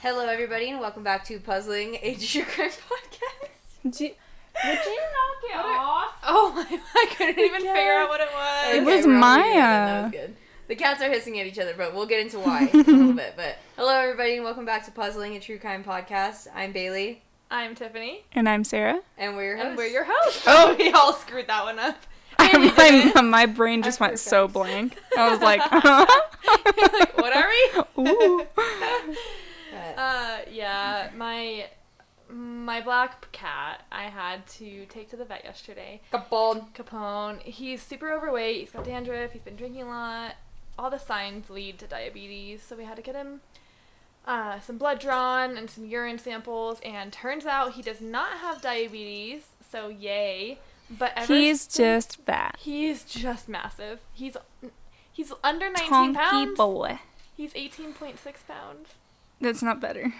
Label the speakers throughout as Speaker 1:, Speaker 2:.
Speaker 1: Hello, everybody, and welcome back to Puzzling Age Your Crime Podcast.
Speaker 2: Do you-
Speaker 3: Would you knock it off?
Speaker 1: Oh my! I couldn't even figure out what it was.
Speaker 2: It was
Speaker 1: we're all muted, and
Speaker 2: Maya.
Speaker 1: That was good. The cats are hissing at each other, but we'll get into why in a little bit. But hello, everybody, and welcome back to Puzzling a True Crime Podcast. I'm Bailey,
Speaker 3: I'm Tiffany,
Speaker 2: and I'm Sarah.
Speaker 1: and we're your hosts.
Speaker 3: and we're your hosts.
Speaker 2: Oh.
Speaker 3: we all screwed that one up.
Speaker 2: my, my brain just
Speaker 1: I'm
Speaker 2: went so
Speaker 1: perfect.
Speaker 2: blank. I was like,
Speaker 3: like, what are we?
Speaker 2: Ooh.
Speaker 1: But
Speaker 3: Uh, yeah, my my black cat I had to take to the vet yesterday.
Speaker 1: Kapal.
Speaker 3: Capone, he's super overweight. He's got dandruff. He's been drinking a lot. All the signs lead to diabetes, so we had to get him uh, some blood drawn and some urine samples. And turns out he does not have diabetes, so yay! But ever
Speaker 2: He's
Speaker 3: since-
Speaker 2: just that
Speaker 3: He's just massive. He's he's under 19
Speaker 2: tonky
Speaker 3: pounds.
Speaker 2: boy.
Speaker 3: He's 18.6 pounds.
Speaker 2: That's not better.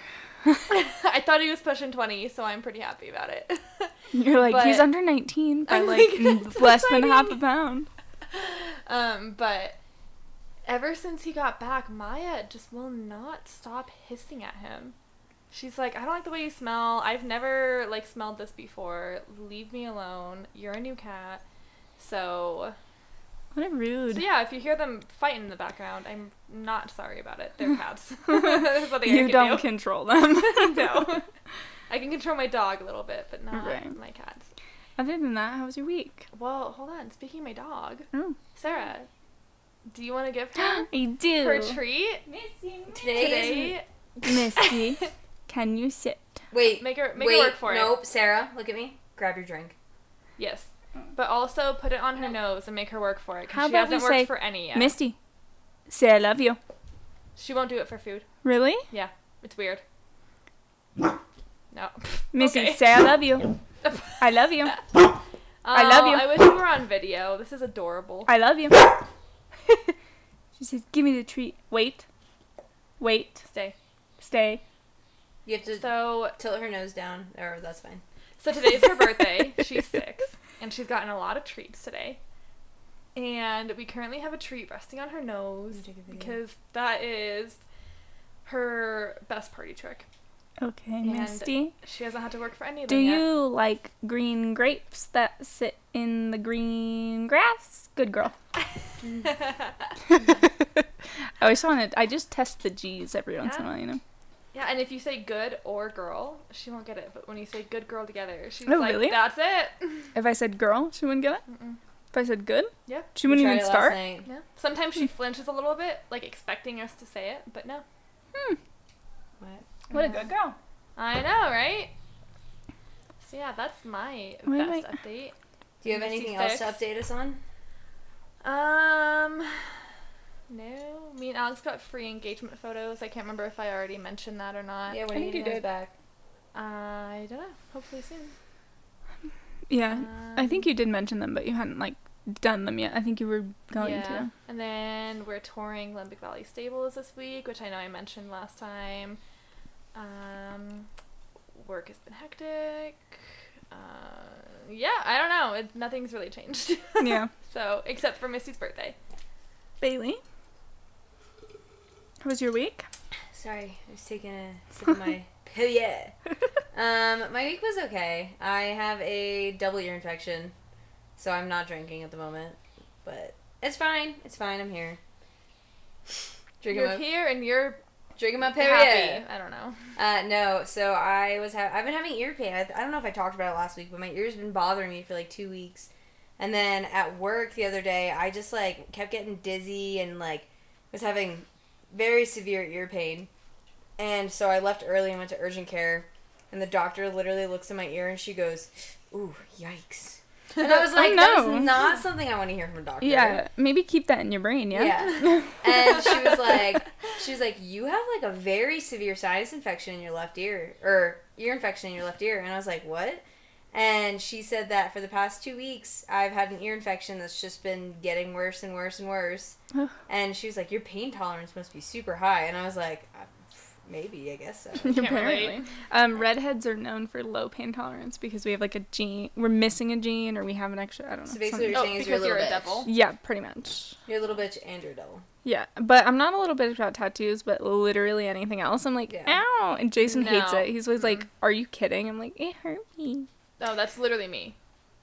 Speaker 3: I thought he was pushing 20, so I'm pretty happy about it.
Speaker 2: You're like he's
Speaker 3: But-
Speaker 2: under 19 by
Speaker 3: I'm
Speaker 2: like
Speaker 3: like,
Speaker 2: m-
Speaker 3: that's
Speaker 2: less than half a
Speaker 3: exciting.
Speaker 2: pound.
Speaker 3: um, but ever since he got back, Maya just will not stop hissing at him. She's like, I don't like the way you smell. I've never like smelled this before. Leave me alone. You're a new cat. So,
Speaker 2: What a rude.
Speaker 3: so yeah, if you hear them fighting in the background, I'm not sorry about it. They're cats. There's nothing I
Speaker 2: you
Speaker 3: can
Speaker 2: don't
Speaker 3: do.
Speaker 2: control them.
Speaker 3: no. I can control my dog a little bit, but not
Speaker 2: Right.
Speaker 3: my cats.
Speaker 2: Other than that, how was your week?
Speaker 3: Well, hold on. Speaking of my dog,
Speaker 2: Oh.
Speaker 3: Sarah, do you want to give her
Speaker 2: I do.
Speaker 3: her treat
Speaker 1: Today,
Speaker 3: today?
Speaker 2: Misty, can you sit?
Speaker 1: Is, wait.
Speaker 3: Make her make
Speaker 1: wait,
Speaker 3: her work for
Speaker 1: nope.
Speaker 3: it.
Speaker 1: Sarah, look at me. Grab your drink.
Speaker 3: Yes, but also put it on her nose and make her work for it
Speaker 2: How
Speaker 3: because she
Speaker 2: about we
Speaker 3: hasn't worked
Speaker 2: say,
Speaker 3: for any yet.
Speaker 2: Misty, say I love you.
Speaker 3: she won't do it for food.
Speaker 2: Really?
Speaker 3: Yeah, it's weird. No,
Speaker 2: Missy,
Speaker 3: Okay.
Speaker 2: say I love you. I love you. I love
Speaker 3: Oh,
Speaker 2: you.
Speaker 3: I wish we were on video. This is adorable.
Speaker 2: I love you. she says, give me the treat. Wait. Wait.
Speaker 3: Stay.
Speaker 2: Stay.
Speaker 1: You have to
Speaker 3: So
Speaker 1: tilt her nose down, or that's fine.
Speaker 3: So today's her birthday. She's six, and she's gotten a lot of treats today. And we currently have a treat resting on her nose
Speaker 1: Let me take a video.
Speaker 3: because that is her best party trick.
Speaker 2: Okay,
Speaker 3: And-
Speaker 2: Misty.
Speaker 3: She hasn't had to work for any of
Speaker 2: Do
Speaker 3: them yet.
Speaker 2: you like green grapes that sit in the green grass? Good girl. I always wanted. I just test the G's every once in a
Speaker 3: Yeah.
Speaker 2: while, you know.
Speaker 3: Yeah, and if you say good or girl, she won't get it. But when you say good girl together, she's
Speaker 2: Oh,
Speaker 3: like,
Speaker 2: really?
Speaker 3: that's it.
Speaker 2: If I said girl, she wouldn't get it.
Speaker 3: Mm-mm.
Speaker 2: If I said good,
Speaker 3: Yeah.
Speaker 2: she
Speaker 1: We
Speaker 2: wouldn't
Speaker 1: tried
Speaker 2: even
Speaker 1: it last
Speaker 2: start.
Speaker 1: night.
Speaker 3: Yeah. Sometimes
Speaker 1: Hmm.
Speaker 3: she flinches a little bit, like expecting us to say it, but no.
Speaker 2: Hmm.
Speaker 1: What?
Speaker 2: What a good girl.
Speaker 3: I know, right? So yeah, that's my
Speaker 2: Wait,
Speaker 3: best
Speaker 2: wait.
Speaker 3: update.
Speaker 1: Do you have
Speaker 3: Missy
Speaker 1: anything else to
Speaker 3: six.
Speaker 1: update us on?
Speaker 3: Um, no. Me and Alex got free engagement photos. I can't remember if I already mentioned that or not. Uh,
Speaker 1: Yeah, when
Speaker 2: I
Speaker 1: are you
Speaker 2: think you
Speaker 1: getting those
Speaker 2: did.
Speaker 1: back?
Speaker 3: I don't know. Hopefully soon.
Speaker 2: Yeah, I think
Speaker 3: Um,
Speaker 2: you did mention them, but you hadn't like done them yet. I think you were going to.
Speaker 3: And then we're touring Lembic Valley Stables this week, which I know I mentioned last time. Um, work has been hectic. Uh, yeah, I don't know. It, nothing's really changed.
Speaker 2: Yeah.
Speaker 3: so, except for Missy's birthday.
Speaker 2: Bailey, how was your week?
Speaker 1: Sorry, I was taking a sip of my pill. Yeah. Um, my week was okay. I have a double ear infection, so I'm not drinking at the moment. But it's fine. It's fine. I'm here. Drinking
Speaker 3: you're
Speaker 1: my
Speaker 3: here and you're
Speaker 1: drinking my pill.
Speaker 3: happy. I don't know.
Speaker 1: Uh, no. So I was ha- I've been having ear pain. I, I don't know if I talked about it last week, but my ears been bothering me for like two weeks. And then at work the other day, I just like kept getting dizzy and like was having very severe ear pain. And so I left early and went to urgent care. And the doctor literally looks in my ear and she goes, "Ooh, yikes." And I was
Speaker 2: Oh,
Speaker 1: like,
Speaker 2: no.
Speaker 1: "That's not something I want to hear from a doctor."
Speaker 2: Yeah, maybe keep that in your brain. Yeah.
Speaker 1: Yeah. and she was like, she was like, you have like a very severe sinus infection in your left ear, or ear infection in your left ear. And I was like, what? And she said that for the past two weeks, I've had an ear infection that's just been getting worse and worse and worse.
Speaker 2: Ugh.
Speaker 1: and she was like, your pain tolerance must be super high. And I was like, I- Maybe I guess so.
Speaker 3: Can't
Speaker 2: Apparently,
Speaker 3: relate.
Speaker 2: um, redheads are known for low pain tolerance because we have like a gene. We're missing a gene, or we have an extra. I don't know.
Speaker 1: So basically
Speaker 2: something.
Speaker 1: you're
Speaker 3: Oh,
Speaker 1: saying is you're a
Speaker 3: because you're
Speaker 1: little
Speaker 3: a
Speaker 1: bitch.
Speaker 3: devil.
Speaker 2: yeah, pretty much.
Speaker 1: You're a little bitch and you're a devil.
Speaker 2: Yeah, but I'm not a little bit about tattoos, but literally anything else. I'm like,
Speaker 1: Yeah. Mm-hmm.
Speaker 2: ow, and Jason hates
Speaker 3: No.
Speaker 2: it. He's always like, "Are you kidding?" I'm like, "It hurt me."
Speaker 3: Oh, that's literally me.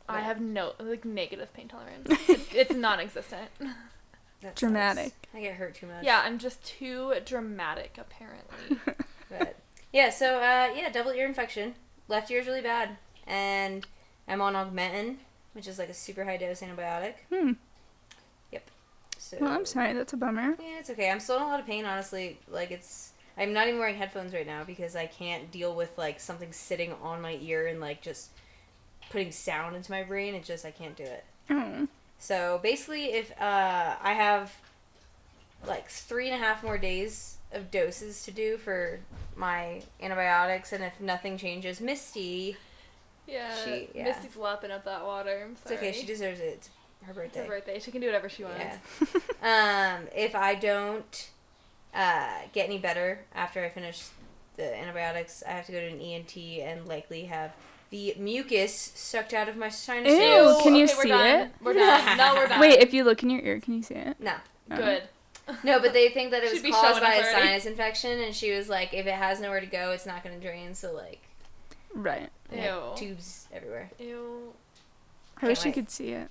Speaker 3: I
Speaker 1: Yeah.
Speaker 3: have no like negative pain tolerance. It's, it's non-existent.
Speaker 1: That sucks.
Speaker 2: Dramatic.
Speaker 1: I get hurt too much.
Speaker 3: Yeah, I'm just too dramatic apparently.
Speaker 1: But yeah, so uh, yeah, double ear infection. Left ear's really bad, and I'm on Augmentin, which is like a super high dose antibiotic.
Speaker 2: Hmm.
Speaker 1: So
Speaker 2: Well, I'm sorry. That's a bummer.
Speaker 1: Yeah, it's okay. I'm still in a lot of pain, honestly. Like it's, I'm not even wearing headphones right now because I can't deal with like something sitting on my ear and like just putting sound into my brain. It's just I can't do it.
Speaker 2: Oh,
Speaker 1: So basically, if uh, I have like three and a half more days of doses to do for my antibiotics, and if nothing changes, Misty,
Speaker 3: Yeah,
Speaker 1: She- yeah.
Speaker 3: Misty's lapping up that water. I'm
Speaker 1: it's
Speaker 3: sorry.
Speaker 1: okay, she deserves it. It's her
Speaker 3: It's her
Speaker 1: birthday.
Speaker 3: birthday. She can do whatever she wants.
Speaker 1: Yeah. um, if I don't uh, get any better after I finish the antibiotics, I have to go to an ENT and likely have the mucus sucked out of my sinuses.
Speaker 2: Ew, can you
Speaker 3: okay, we're
Speaker 2: see
Speaker 3: done.
Speaker 2: it?
Speaker 3: We're done. No, we're done.
Speaker 2: wait. If you look in your ear, can you see it?
Speaker 1: No.
Speaker 2: Oh.
Speaker 3: Good.
Speaker 1: No, but they think that it was
Speaker 3: Should be
Speaker 1: caused
Speaker 3: showing
Speaker 1: by a
Speaker 3: us already.
Speaker 1: sinus infection, and she was like, if it has nowhere to go, it's not going to drain, so like,
Speaker 2: Right.
Speaker 1: and, like,
Speaker 3: Ew.
Speaker 1: tubes everywhere.
Speaker 3: Ew.
Speaker 2: I wish you
Speaker 1: wait.
Speaker 2: could see it.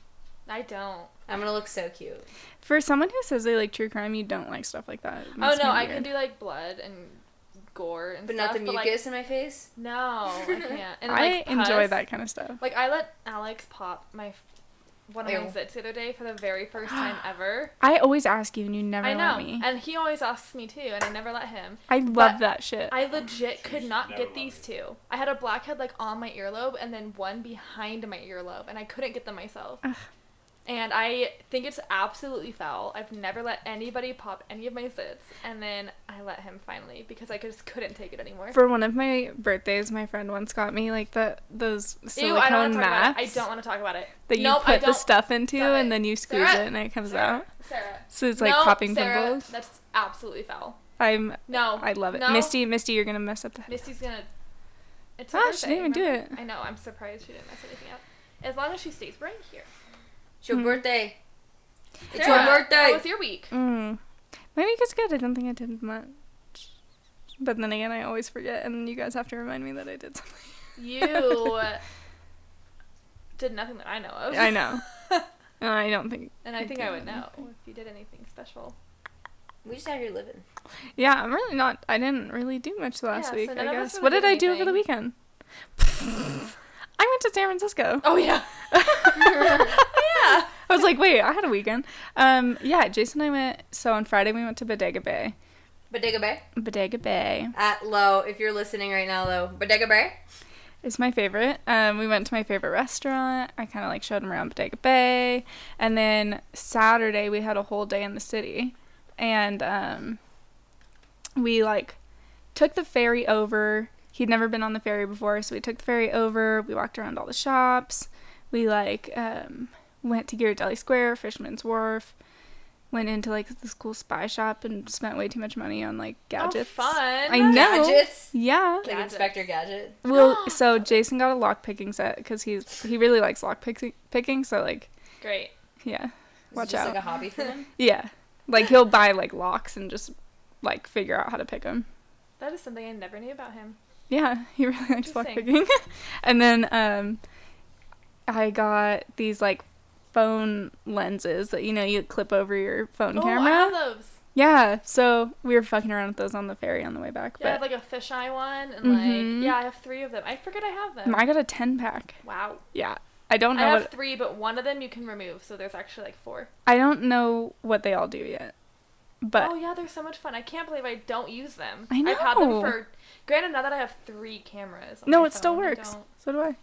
Speaker 3: I don't.
Speaker 1: I'm going to look so cute.
Speaker 2: For someone who says they like true crime, you don't like stuff like that. It
Speaker 3: Oh
Speaker 2: makes me
Speaker 3: no, I
Speaker 2: weird.
Speaker 3: can do like blood and gore and
Speaker 1: But
Speaker 3: stuff.
Speaker 1: not the
Speaker 3: like,
Speaker 1: mucus in my face?
Speaker 3: no, I can't. And,
Speaker 2: I
Speaker 3: like,
Speaker 2: enjoy
Speaker 3: pus.
Speaker 2: that kind of stuff.
Speaker 3: Like I let Alex pop my f- one of my
Speaker 1: Ew.
Speaker 3: zits the other day for the very first time ever.
Speaker 2: I always ask you, and you never
Speaker 3: I know,
Speaker 2: let me.
Speaker 3: and he always asks me too, and I never let him.
Speaker 2: I love that shit.
Speaker 3: I legit
Speaker 4: Oh, So
Speaker 3: could
Speaker 4: you
Speaker 3: not
Speaker 4: never
Speaker 3: get
Speaker 4: let
Speaker 3: these
Speaker 4: me.
Speaker 3: two. I had a blackhead like on my earlobe, and then one behind my earlobe, and I couldn't get them myself. And I think it's absolutely foul. I've never let anybody pop any of my zits, and then I let him finally because I just couldn't take it anymore.
Speaker 2: For one of my birthdays, my friend once got me like the those silicone
Speaker 3: Ew, I don't want to talk about it.
Speaker 2: mats
Speaker 3: I don't want to talk about it.
Speaker 2: that you
Speaker 3: Nope, I
Speaker 2: put the
Speaker 3: don't.
Speaker 2: stuff into,
Speaker 3: Stop
Speaker 2: and
Speaker 3: it.
Speaker 2: then you squeeze
Speaker 3: Sarah,
Speaker 2: it, and it comes
Speaker 3: Sarah,
Speaker 2: out.
Speaker 3: Sarah.
Speaker 2: So it's like
Speaker 3: no,
Speaker 2: popping
Speaker 3: Sarah,
Speaker 2: pimples.
Speaker 3: That's absolutely foul.
Speaker 2: I'm
Speaker 3: No.
Speaker 2: I love it.
Speaker 3: No.
Speaker 2: Misty, Misty, you're gonna mess up the.
Speaker 3: Misty's gonna. It's
Speaker 2: Ah,
Speaker 3: her
Speaker 2: she didn't
Speaker 3: birthday,
Speaker 2: even do
Speaker 3: remember? I know. I'm surprised she didn't mess anything up. As long as she stays right here.
Speaker 1: It's your
Speaker 2: Hmm.
Speaker 1: birthday. It's
Speaker 3: Sarah,
Speaker 1: your
Speaker 3: How
Speaker 1: birthday.
Speaker 3: was your week?
Speaker 2: Mm. My week is good. I don't think I did much, but then again, I always forget, and you guys have to remind me that I did something.
Speaker 3: You did nothing that I know of.
Speaker 2: I know. And I don't think.
Speaker 3: And I think
Speaker 2: did
Speaker 3: I would know
Speaker 2: anything.
Speaker 3: if you did anything special.
Speaker 1: We just out here living.
Speaker 2: Yeah, I'm really not. I didn't really do much last
Speaker 3: Yeah, so
Speaker 2: week.
Speaker 3: none
Speaker 2: I
Speaker 3: of
Speaker 2: guess.
Speaker 3: us really
Speaker 2: what did
Speaker 3: did
Speaker 2: I do over the
Speaker 3: anything.
Speaker 2: weekend? I went to San Francisco.
Speaker 3: Oh yeah.
Speaker 2: I was like, wait, I had a weekend. Um, yeah, Jason and I went. So on Friday we went to Bodega Bay.
Speaker 1: Bodega Bay.
Speaker 2: Bodega Bay
Speaker 1: At low, if you're listening right now, though, Bodega Bay.
Speaker 2: is my favorite. Um, we went to my favorite restaurant. I kind of like showed him around Bodega Bay, and then Saturday we had a whole day in the city, and um, we like took the ferry over. He'd never been on the ferry before, so we took the ferry over. We walked around all the shops. We like um, went to Ghirardelli Square, Fisherman's Wharf. Went into like this cool spy shop and spent way too much money on like gadgets.
Speaker 3: Oh, fun.
Speaker 2: I know.
Speaker 1: Gadgets.
Speaker 2: Yeah.
Speaker 1: Like
Speaker 3: Gadgets.
Speaker 1: Inspector Gadget.
Speaker 2: Well, so Jason got a lock picking set because he's he really likes lock picking, picking. So like,
Speaker 3: Great.
Speaker 2: yeah,
Speaker 1: Is
Speaker 2: watch
Speaker 1: it just
Speaker 2: out.
Speaker 1: like a hobby for them?
Speaker 2: yeah, like he'll buy like locks and just like figure out how to pick them.
Speaker 3: That is something I never knew about him.
Speaker 2: Yeah, he really likes lock
Speaker 3: Interesting.
Speaker 2: picking. and then um, I got these like phone lenses that you know you clip over your phone
Speaker 3: oh,
Speaker 2: camera.
Speaker 3: I have those.
Speaker 2: yeah, so we were fucking around with those on the ferry on the way back.
Speaker 3: Yeah, I have
Speaker 2: but
Speaker 3: like a fisheye one, and
Speaker 2: Mhm.
Speaker 3: like yeah, I have three of them. I forget I have them.
Speaker 2: I got a ten pack.
Speaker 3: wow.
Speaker 2: Yeah, I don't
Speaker 3: I
Speaker 2: know.
Speaker 3: have
Speaker 2: what,
Speaker 3: three, but one of them you can remove, so there's actually like four.
Speaker 2: I don't know what they all do yet, but
Speaker 3: oh yeah, they're so much fun. I can't believe I don't use them.
Speaker 2: I
Speaker 3: I've had them
Speaker 2: know.
Speaker 3: for. Granted, now that I have three cameras. on
Speaker 2: No,
Speaker 3: my
Speaker 2: it still
Speaker 3: phone, I
Speaker 2: works.
Speaker 3: don't-
Speaker 2: So do I.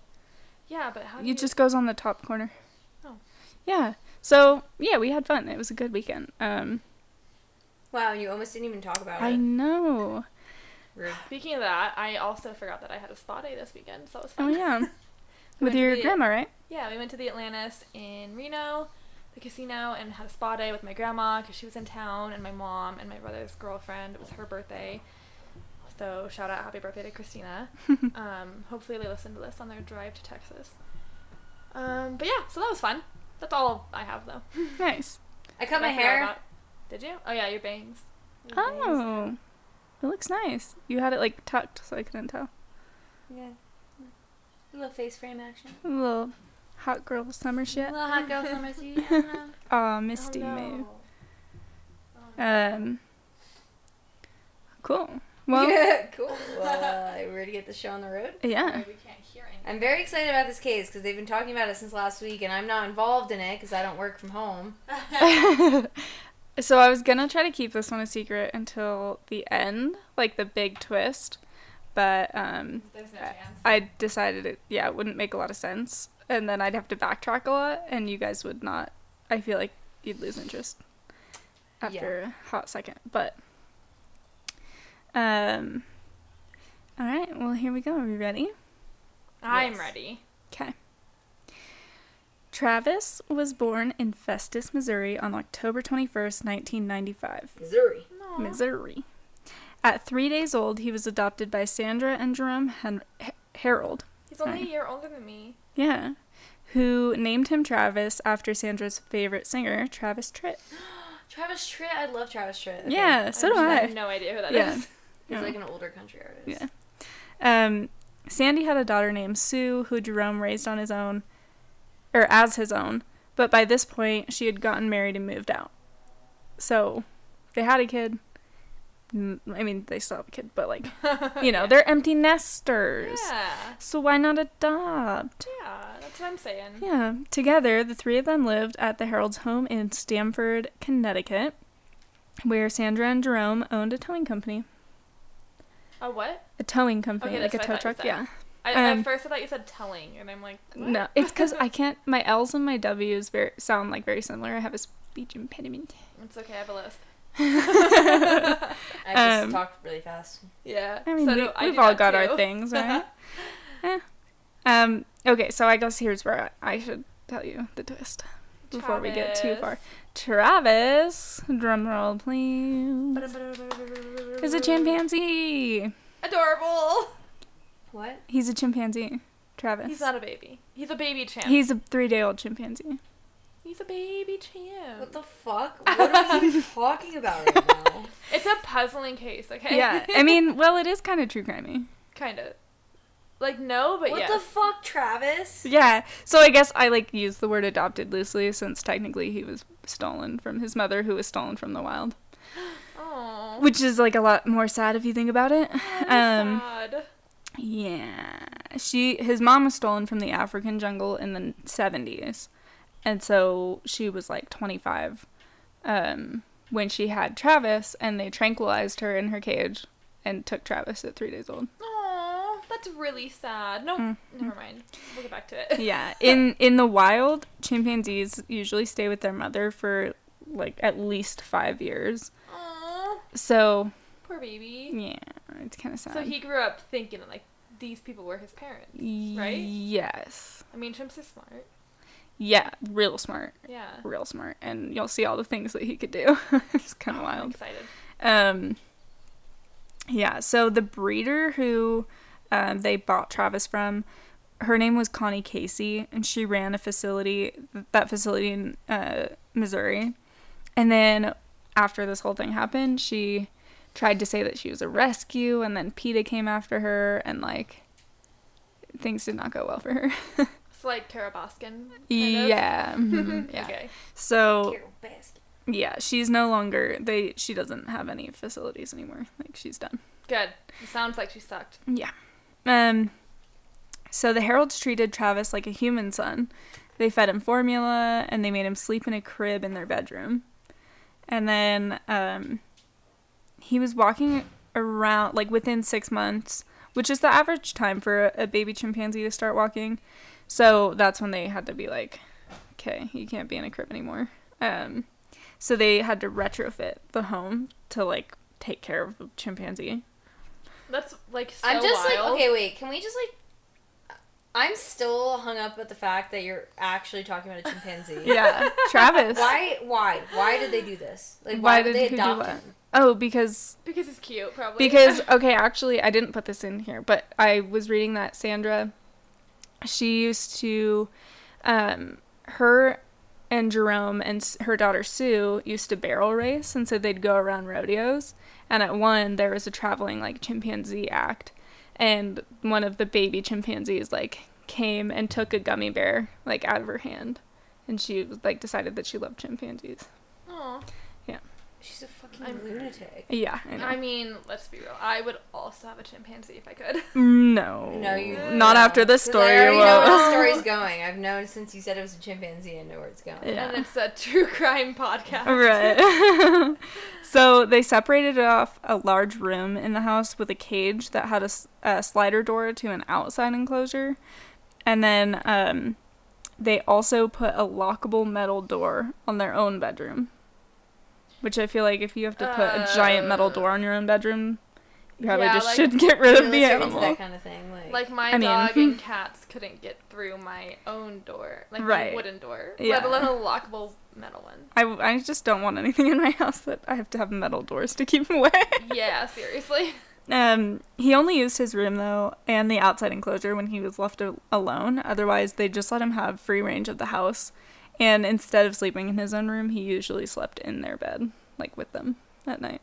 Speaker 3: Yeah, but how do you?
Speaker 2: It just goes on the top corner.
Speaker 3: Oh.
Speaker 2: Yeah. So yeah, we had fun. It was a good weekend. Um,
Speaker 1: Wow, you almost didn't even talk about
Speaker 2: I
Speaker 1: it.
Speaker 2: know.
Speaker 1: Rude.
Speaker 3: Speaking of that, I also forgot that I had a spa day this weekend, so that was
Speaker 2: Oh
Speaker 3: fun.
Speaker 2: yeah.
Speaker 3: We
Speaker 2: With
Speaker 3: went to
Speaker 2: your
Speaker 3: the-
Speaker 2: grandma, right?
Speaker 3: Yeah, we went to the Atlantis in Reno, the casino, and had a spa day with my grandma because she was in town, and my mom and my brother's girlfriend. It was her birthday. So shout out happy birthday to Christina. um, hopefully they listen to this on their drive to Texas. Um, but yeah, so that was fun. That's all I have though.
Speaker 2: Nice.
Speaker 1: I cut
Speaker 3: That I
Speaker 1: my
Speaker 3: forgot
Speaker 1: hair.
Speaker 3: about. Did you? Oh yeah, your bangs.
Speaker 1: Your bangs.
Speaker 2: Oh, it looks nice. You had it like tucked, so I couldn't tell.
Speaker 1: Yeah. A little face frame action.
Speaker 2: A little hot girl summer
Speaker 1: A
Speaker 2: shit.
Speaker 1: little hot girl summer season. huh?
Speaker 2: Aw,
Speaker 3: Oh,
Speaker 2: Misty move. Um. Cool. Well, yeah.
Speaker 1: Yeah, cool. Well, uh, we're to get the show on the road.
Speaker 3: We can't hear anything.
Speaker 1: I'm very excited about this case because they've been talking about it since last week, and I'm not involved in it because I don't work from home.
Speaker 2: so I was gonna try to keep this one a secret until the end, like the big twist, but um,
Speaker 3: There's no
Speaker 2: Uh,
Speaker 3: chance.
Speaker 2: I decided it yeah it wouldn't make a lot of sense, and then I'd have to backtrack a lot, and you guys would not. I feel like you'd lose interest after a hot second, but um, all right. Well, here we go. Are we ready?
Speaker 3: I'm
Speaker 1: Yes.
Speaker 3: ready.
Speaker 2: Okay. Travis was born in Festus, Missouri on October 21st, 1995.
Speaker 1: Missouri.
Speaker 3: No.
Speaker 2: Missouri. At three days old, he was adopted by Sandra and Jerome Hen- H- Harold.
Speaker 3: He's only
Speaker 2: Sorry.
Speaker 3: a year older than me.
Speaker 2: Yeah. Who named him Travis after Sandra's favorite singer, Travis Tritt.
Speaker 1: Travis Tritt. I love Travis Tritt. Okay.
Speaker 2: Yeah, Uh, so do
Speaker 3: just
Speaker 2: I.
Speaker 3: have no idea who that is.
Speaker 2: Yeah.
Speaker 1: He's
Speaker 2: Yeah.
Speaker 1: like an older country artist.
Speaker 2: Yeah. Um, Sandy had a daughter named Sue, who Jerome raised on his own, or as his own, but by this point, she had gotten married and moved out. So they had a kid. N- I mean, they still have a kid, but like, you know, they're empty nesters.
Speaker 3: Yeah.
Speaker 2: So why not adopt?
Speaker 3: Yeah, that's what I'm saying.
Speaker 2: Yeah. Together, the three of them lived at the Harold's home in Stamford, Connecticut, where Sandra and Jerome owned a towing company.
Speaker 3: A what?
Speaker 2: A towing company,
Speaker 3: Okay,
Speaker 2: like a
Speaker 3: that's
Speaker 2: tow
Speaker 3: what I
Speaker 2: truck.
Speaker 3: thought you
Speaker 2: Yeah.
Speaker 3: I,
Speaker 2: Um,
Speaker 3: at first I thought you said telling, and I'm like, what?
Speaker 2: No, it's because I can't. My L's and my W's very, sound like very similar. I have a speech impediment.
Speaker 3: It's okay, I have a list.
Speaker 1: I just
Speaker 2: Um,
Speaker 1: talk really fast.
Speaker 3: Yeah.
Speaker 2: I mean,
Speaker 3: so
Speaker 2: we,
Speaker 3: do- I
Speaker 2: we've
Speaker 3: do
Speaker 2: all
Speaker 3: that
Speaker 2: got
Speaker 3: too.
Speaker 2: our things, right? Eh. Um. Okay, so I guess here's where I, I should tell you the twist before we get too far. Travis, drum roll, please.
Speaker 3: Travis.
Speaker 2: is a chimpanzee.
Speaker 3: Adorable.
Speaker 1: What?
Speaker 2: He's a chimpanzee. Travis.
Speaker 3: He's not a baby. He's a baby champ.
Speaker 2: He's a three day old chimpanzee.
Speaker 3: He's a baby
Speaker 1: What
Speaker 3: champ.
Speaker 1: the fuck? What are you talking about right now?
Speaker 3: It's a puzzling case, okay?
Speaker 2: Yeah. I mean, well, it is kind of true crimey.
Speaker 3: kind of. Like no, but
Speaker 1: what
Speaker 3: yes.
Speaker 1: the fuck, Travis?
Speaker 2: Yeah. So I guess I like use the word adopted loosely since technically he was stolen from his mother who was stolen from the wild,
Speaker 3: Aw,
Speaker 2: which is like a lot more sad if you think about it.
Speaker 3: that is
Speaker 2: Um
Speaker 3: sad.
Speaker 2: yeah. She his mom was stolen from the African jungle in the 70s. And so she was like 25 um when she had Travis and they tranquilized her in her cage and took Travis at 3 days old.
Speaker 3: Aw, that's really sad. No,
Speaker 2: Mm.
Speaker 3: never mind. We'll get back to it.
Speaker 2: yeah in in the wild chimpanzees usually stay with their mother for like at least five years
Speaker 3: Aw,
Speaker 2: so
Speaker 3: poor baby.
Speaker 2: yeah it's kind of sad
Speaker 3: So he grew up thinking like these people were his parents. right?
Speaker 2: yes
Speaker 3: I mean, chimps are smart.
Speaker 2: yeah real smart
Speaker 3: Yeah.
Speaker 2: real smart and you'll see all the things that he could do it's kind of
Speaker 3: Oh, I'm
Speaker 2: wild
Speaker 3: excited.
Speaker 2: Um, yeah, so the breeder who um, they bought Travis from, her name was Connie Casey, and she ran a facility, that facility in uh, Missouri. And then after this whole thing happened, she tried to say that she was a rescue, and then PETA came after her, and like things did not go well for her.
Speaker 3: It's like Kara Baskin. kind of.
Speaker 2: yeah. mhm, yeah.
Speaker 3: Okay.
Speaker 2: So.
Speaker 1: Carol Baskin.
Speaker 2: Yeah, she's no longer they she doesn't have any facilities anymore. Like she's done.
Speaker 3: Good. It sounds like she sucked.
Speaker 2: Yeah. Um so the heralds treated Travis like a human son. They fed him formula and they made him sleep in a crib in their bedroom. And then um he was walking around like within 6 months, which is the average time for a, a baby chimpanzee to start walking. So that's when they had to be like, okay, you can't be in a crib anymore. Um so they had to retrofit the home to like take care of the chimpanzee.
Speaker 3: That's like so
Speaker 1: I'm just
Speaker 3: wild.
Speaker 1: like, okay, wait, can we just like. I'm still hung up with the fact that you're actually talking about a chimpanzee.
Speaker 2: Yeah, Travis.
Speaker 1: Why? Why? Why did they do this? Like,
Speaker 2: Why
Speaker 1: why, would
Speaker 2: did
Speaker 1: they
Speaker 2: he do
Speaker 1: adopt
Speaker 2: what?
Speaker 1: him?
Speaker 2: Oh, because
Speaker 3: Because it's cute, probably.
Speaker 2: because okay, actually I didn't put this in here, but I was reading that Sandra she used to um her and Jerome and s- her daughter Sue used to barrel race and so they'd go around rodeos and at one there was a traveling like chimpanzee act and one of the baby chimpanzees like came and took a gummy bear like out of her hand and she was like decided that she loved chimpanzees.
Speaker 3: Aw.
Speaker 1: She's a fucking
Speaker 3: I'm-
Speaker 1: lunatic.
Speaker 2: Yeah, I know.
Speaker 3: I mean, let's be real. I would also have a chimpanzee if I could.
Speaker 2: No.
Speaker 1: No, you
Speaker 2: not
Speaker 1: no.
Speaker 2: after this
Speaker 1: 'Cause
Speaker 2: story.
Speaker 1: I already
Speaker 2: you
Speaker 1: know
Speaker 2: won't.
Speaker 1: where the story's going. I've known since you said it was a chimpanzee. I know where it's going.
Speaker 2: Yeah.
Speaker 3: And it's a true crime podcast.
Speaker 2: Right. so they separated off a large room in the house with a cage that had a, s- a slider door to an outside enclosure. And then um, they also put a lockable metal door on their own bedroom. Which I feel like if you have to put a giant metal door on your own bedroom, you probably
Speaker 3: Yeah,
Speaker 2: just
Speaker 3: like-
Speaker 2: should get rid
Speaker 1: Unless
Speaker 2: of the
Speaker 1: you're into
Speaker 2: animal.
Speaker 1: That kind of thing. Like,
Speaker 3: Like my
Speaker 2: I mean-
Speaker 3: dog and cats couldn't get through my own door, like
Speaker 2: Right.
Speaker 3: my wooden door,
Speaker 2: Yeah.
Speaker 3: let alone a lockable metal one.
Speaker 2: I, I just don't want anything in my house that I have to have metal doors to keep away.
Speaker 3: yeah, seriously.
Speaker 2: Um, he only used his room though, and the outside enclosure when he was left a- alone. Otherwise, they just let him have free range of the house. And instead of sleeping in his own room, he usually slept in their bed, like with them at night.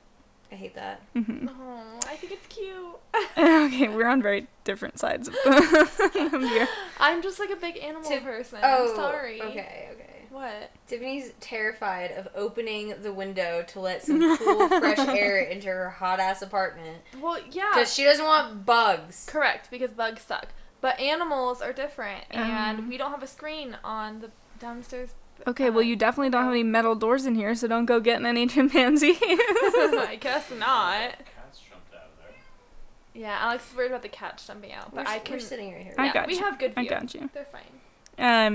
Speaker 1: I hate that.
Speaker 2: hmm
Speaker 3: Oh, I think it's cute.
Speaker 2: okay, we're on very different sides of the. here.
Speaker 3: I'm just like a big animal
Speaker 1: To-
Speaker 3: person.
Speaker 1: oh,
Speaker 3: I'm sorry.
Speaker 1: Okay, okay.
Speaker 3: What?
Speaker 1: Tiffany's terrified of opening the window to let some cool, fresh air into her hot ass apartment
Speaker 3: Well, yeah.
Speaker 1: because she doesn't want bugs.
Speaker 3: Correct, because bugs suck. But animals are different, and
Speaker 2: Um.
Speaker 3: we don't have a screen on the downstairs.
Speaker 2: Okay, well, you definitely don't have any metal doors in here, so don't go getting any chimpanzees.
Speaker 3: I guess not.
Speaker 4: Cats jumped out of there.
Speaker 3: Yeah, Alex is worried about the cat jumping out, but
Speaker 1: we're,
Speaker 3: I
Speaker 1: we're
Speaker 3: can.
Speaker 1: sitting right here.
Speaker 2: I
Speaker 3: yeah,
Speaker 2: got
Speaker 3: we
Speaker 2: you.
Speaker 3: have good
Speaker 2: I
Speaker 3: view.
Speaker 2: got you.
Speaker 3: They're fine.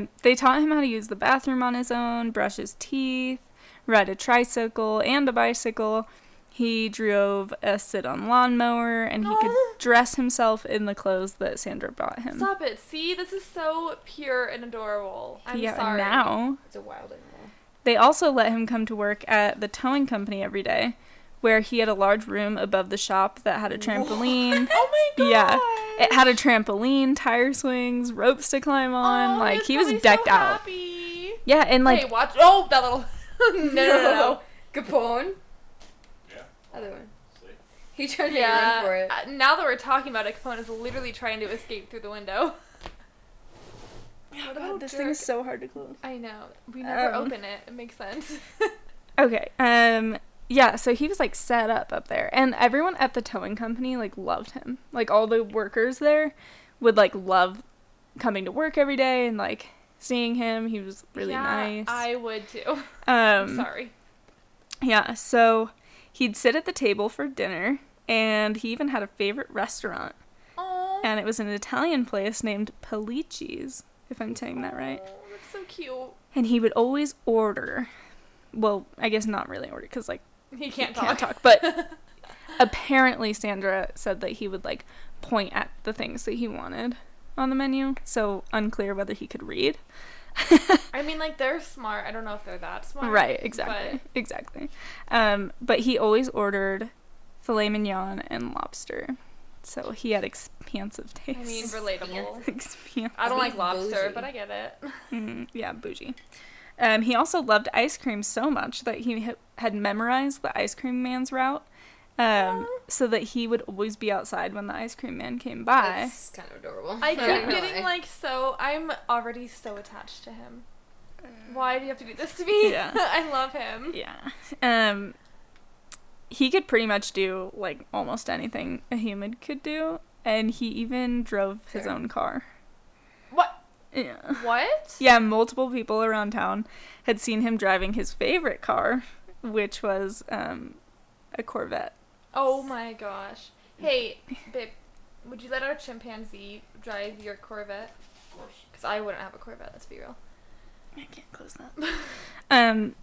Speaker 2: Um, they taught him how to use the bathroom on his own, brush his teeth, ride a tricycle and a bicycle. He drove a sit on lawnmower and he could
Speaker 3: Aw.
Speaker 2: dress himself in the clothes that Sandra bought him.
Speaker 3: Stop it. See, this is so pure and adorable. I'm
Speaker 2: yeah,
Speaker 3: sorry.
Speaker 2: now
Speaker 1: It's a wild animal.
Speaker 2: they also let him come to work at the towing company every day, where he had a large room above the shop that had a trampoline.
Speaker 3: Oh my god.
Speaker 2: Yeah. It had a trampoline, tire swings, ropes to climb on.
Speaker 3: Oh,
Speaker 2: like
Speaker 3: was
Speaker 2: he was
Speaker 3: probably so
Speaker 2: decked out.
Speaker 3: Happy.
Speaker 2: Yeah, and like
Speaker 3: Like, hey, watch. Oh, that little. no, no, no.
Speaker 1: Capone.
Speaker 4: Yeah.
Speaker 1: Other one.
Speaker 4: See?
Speaker 1: He tried to get
Speaker 3: Yeah.
Speaker 1: run for it.
Speaker 3: uh, Now that we're talking about it, Capone is literally trying to escape through the window. What
Speaker 2: oh,
Speaker 3: a little jerk.
Speaker 2: so hard to close.
Speaker 3: I know. We never
Speaker 2: Um.
Speaker 3: open it. It makes sense.
Speaker 2: Okay. Um yeah, so he was like set up up there and everyone at the towing company like loved him. Like all the workers there would like love coming to work every day and like seeing him. He was really
Speaker 3: Yeah,
Speaker 2: nice.
Speaker 3: I would too.
Speaker 2: um
Speaker 3: I'm sorry.
Speaker 2: yeah, so he'd sit at the table for dinner and he even had a favorite restaurant
Speaker 3: Oh,
Speaker 2: and it was an Italian place named Pelici's, if I'm saying that right.
Speaker 3: that's so cute.
Speaker 2: And he would always order well, I guess not really order cuz like
Speaker 3: He
Speaker 2: he
Speaker 3: can't talk.
Speaker 2: can't talk. But apparently, Sandra said that he would like point at the things that he wanted on the menu. So unclear whether he could read.
Speaker 3: I mean, like they're smart. I don't know if they're that smart.
Speaker 2: right, exactly, exactly. Um, but he always ordered filet mignon and lobster. So he had expansive
Speaker 3: But,
Speaker 2: taste.
Speaker 3: I mean, relatable.
Speaker 2: Expansive.
Speaker 3: I don't like
Speaker 1: He's
Speaker 3: lobster,
Speaker 1: bougie.
Speaker 3: but I get it.
Speaker 2: Mm, yeah, bougie. Um, he also loved ice cream so much that he ha- had memorized the ice cream man's route, um,
Speaker 3: Aw.
Speaker 2: so that he would always be outside when the ice cream man came by.
Speaker 1: That's kind of adorable.
Speaker 3: I
Speaker 1: don't
Speaker 3: keep
Speaker 1: know
Speaker 3: getting
Speaker 1: why.
Speaker 3: like so. I'm already so attached to him. Why do you have to do this to me?
Speaker 2: Uh, Yeah.
Speaker 3: I love him.
Speaker 2: Yeah. Um, he could pretty much do like almost anything a human could do, and he even drove his
Speaker 1: Sure.
Speaker 2: own car.
Speaker 3: What?
Speaker 2: Yeah.
Speaker 3: What?
Speaker 2: Yeah, multiple people around town had seen him driving his favorite car, which was um, a Corvette.
Speaker 3: Oh my gosh. Hey, babe, would you let our chimpanzee drive your Corvette?
Speaker 4: Of course.
Speaker 3: Because I wouldn't have a Corvette, let's be real.
Speaker 2: I can't close that. um,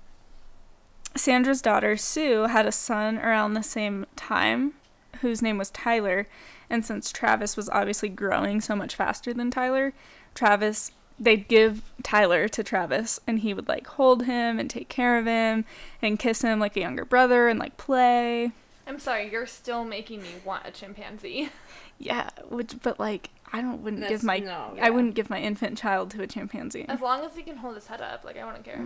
Speaker 2: Sandra's daughter Sue had a son around the same time, whose name was Tyler. And since Travis was obviously growing so much faster than Tyler, Travis they'd give Tyler to Travis and he would like hold him and take care of him and kiss him like a younger brother and like play.
Speaker 3: I'm sorry, you're still making me want a chimpanzee.
Speaker 2: Yeah, which but like I don't wouldn't
Speaker 1: That's-
Speaker 2: give my
Speaker 1: no, yeah.
Speaker 2: I wouldn't give my infant child to a chimpanzee.
Speaker 3: As long as he can hold his head up, like I wouldn't care.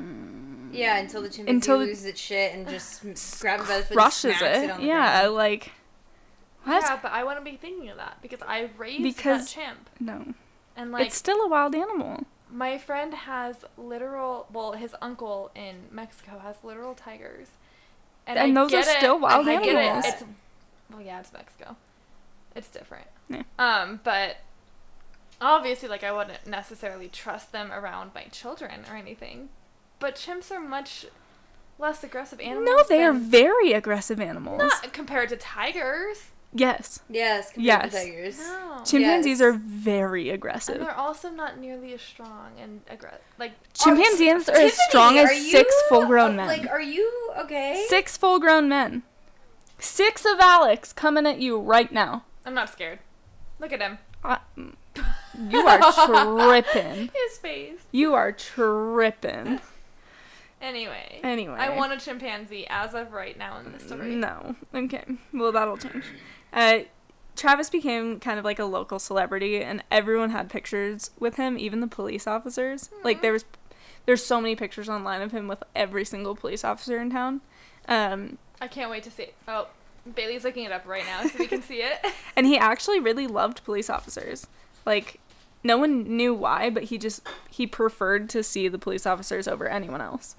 Speaker 1: Yeah, until the chimpanzee
Speaker 2: Until the-
Speaker 1: loses its shit and just s- grabs it by the foot, and
Speaker 2: Crushes
Speaker 1: smacks
Speaker 2: it.
Speaker 1: it. on the
Speaker 2: yeah,
Speaker 1: ground.
Speaker 2: like what?
Speaker 3: Yeah, but I wouldn't be thinking of that because I raised
Speaker 2: Because-
Speaker 3: that chimp,
Speaker 2: No.
Speaker 3: and like
Speaker 2: it's still a wild animal.
Speaker 3: my friend has literal. Well, his uncle in Mexico has literal tigers,
Speaker 2: And those are still wild
Speaker 3: I get it.
Speaker 1: animals.
Speaker 3: It's well, yeah, it's Mexico. It's different.
Speaker 2: Yeah.
Speaker 3: Um, but obviously, like I wouldn't necessarily trust them around my children or anything. But chimps are much less aggressive animals.
Speaker 2: No, they are
Speaker 3: than-
Speaker 2: very aggressive animals.
Speaker 3: Not compared to tigers.
Speaker 2: Yes.
Speaker 1: Yes, compared
Speaker 2: Yes.
Speaker 1: to tigers.
Speaker 3: No.
Speaker 2: Chimpanzees
Speaker 1: Yes.
Speaker 2: are very
Speaker 3: Oh, And
Speaker 2: aggressive.
Speaker 3: they're also not nearly as strong and aggressive. Like
Speaker 2: Chimpanzees are
Speaker 1: Tiffany,
Speaker 2: as strong as
Speaker 1: are you- oh,
Speaker 2: six full grown men.
Speaker 1: Like, are you okay?
Speaker 2: Six full grown men. Six of Alex coming at you right now.
Speaker 3: I'm not scared. Look at him.
Speaker 2: I- you are tripping.
Speaker 3: His face.
Speaker 2: You are tripping.
Speaker 3: Anyway.
Speaker 2: Anyway. Mm,
Speaker 3: I want a chimpanzee as of right now in the story.
Speaker 2: No. Okay. Well, that'll change. Uh, Travis became kind of like a local celebrity, and everyone had pictures with him, even the police officers. Like there was, there's so many pictures online of him with every single police officer in town. Um,
Speaker 3: I can't wait to see. Oh, Bailey's looking it up right now so we can see it.
Speaker 2: and he actually really loved police officers. Like no one knew why, but he just he preferred to see the police officers over anyone else.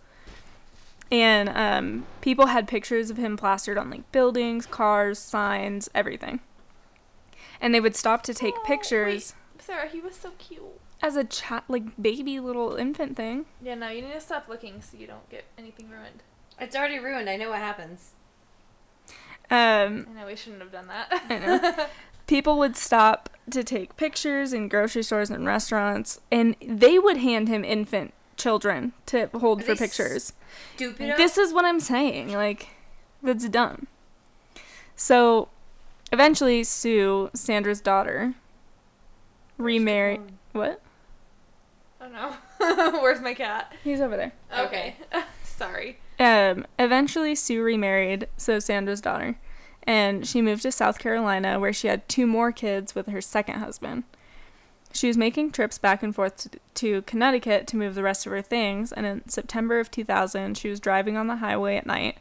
Speaker 2: And um, people had pictures of him plastered on like buildings, cars, signs, everything. And they would stop to take
Speaker 3: Oh, wait.
Speaker 2: pictures
Speaker 3: Sarah, he was so cute.
Speaker 2: as a chat, like baby little infant thing.
Speaker 3: Yeah, no, you need to stop looking so you don't get anything ruined.
Speaker 1: It's already ruined. I know what happens.
Speaker 2: Um,
Speaker 3: I know we shouldn't have done that.
Speaker 2: I know. people would stop to take pictures in grocery stores and restaurants, and they would hand him infant children to hold
Speaker 1: Are
Speaker 2: for
Speaker 1: they s-
Speaker 2: pictures.
Speaker 1: Stupid.
Speaker 2: This is what I'm saying. Like, that's dumb. So, eventually, Sue, Sandra's daughter, remarried. What?
Speaker 3: oh no. Where's my cat?
Speaker 2: He's over there.
Speaker 3: Okay.
Speaker 1: Okay.
Speaker 3: Sorry.
Speaker 2: Um, eventually, Sue remarried, so Sandra's daughter, and she moved to South Carolina where she had two more kids with her second husband. She was making trips back and forth to, to Connecticut to move the rest of her things, and in September of 2000, she was driving on the highway at night,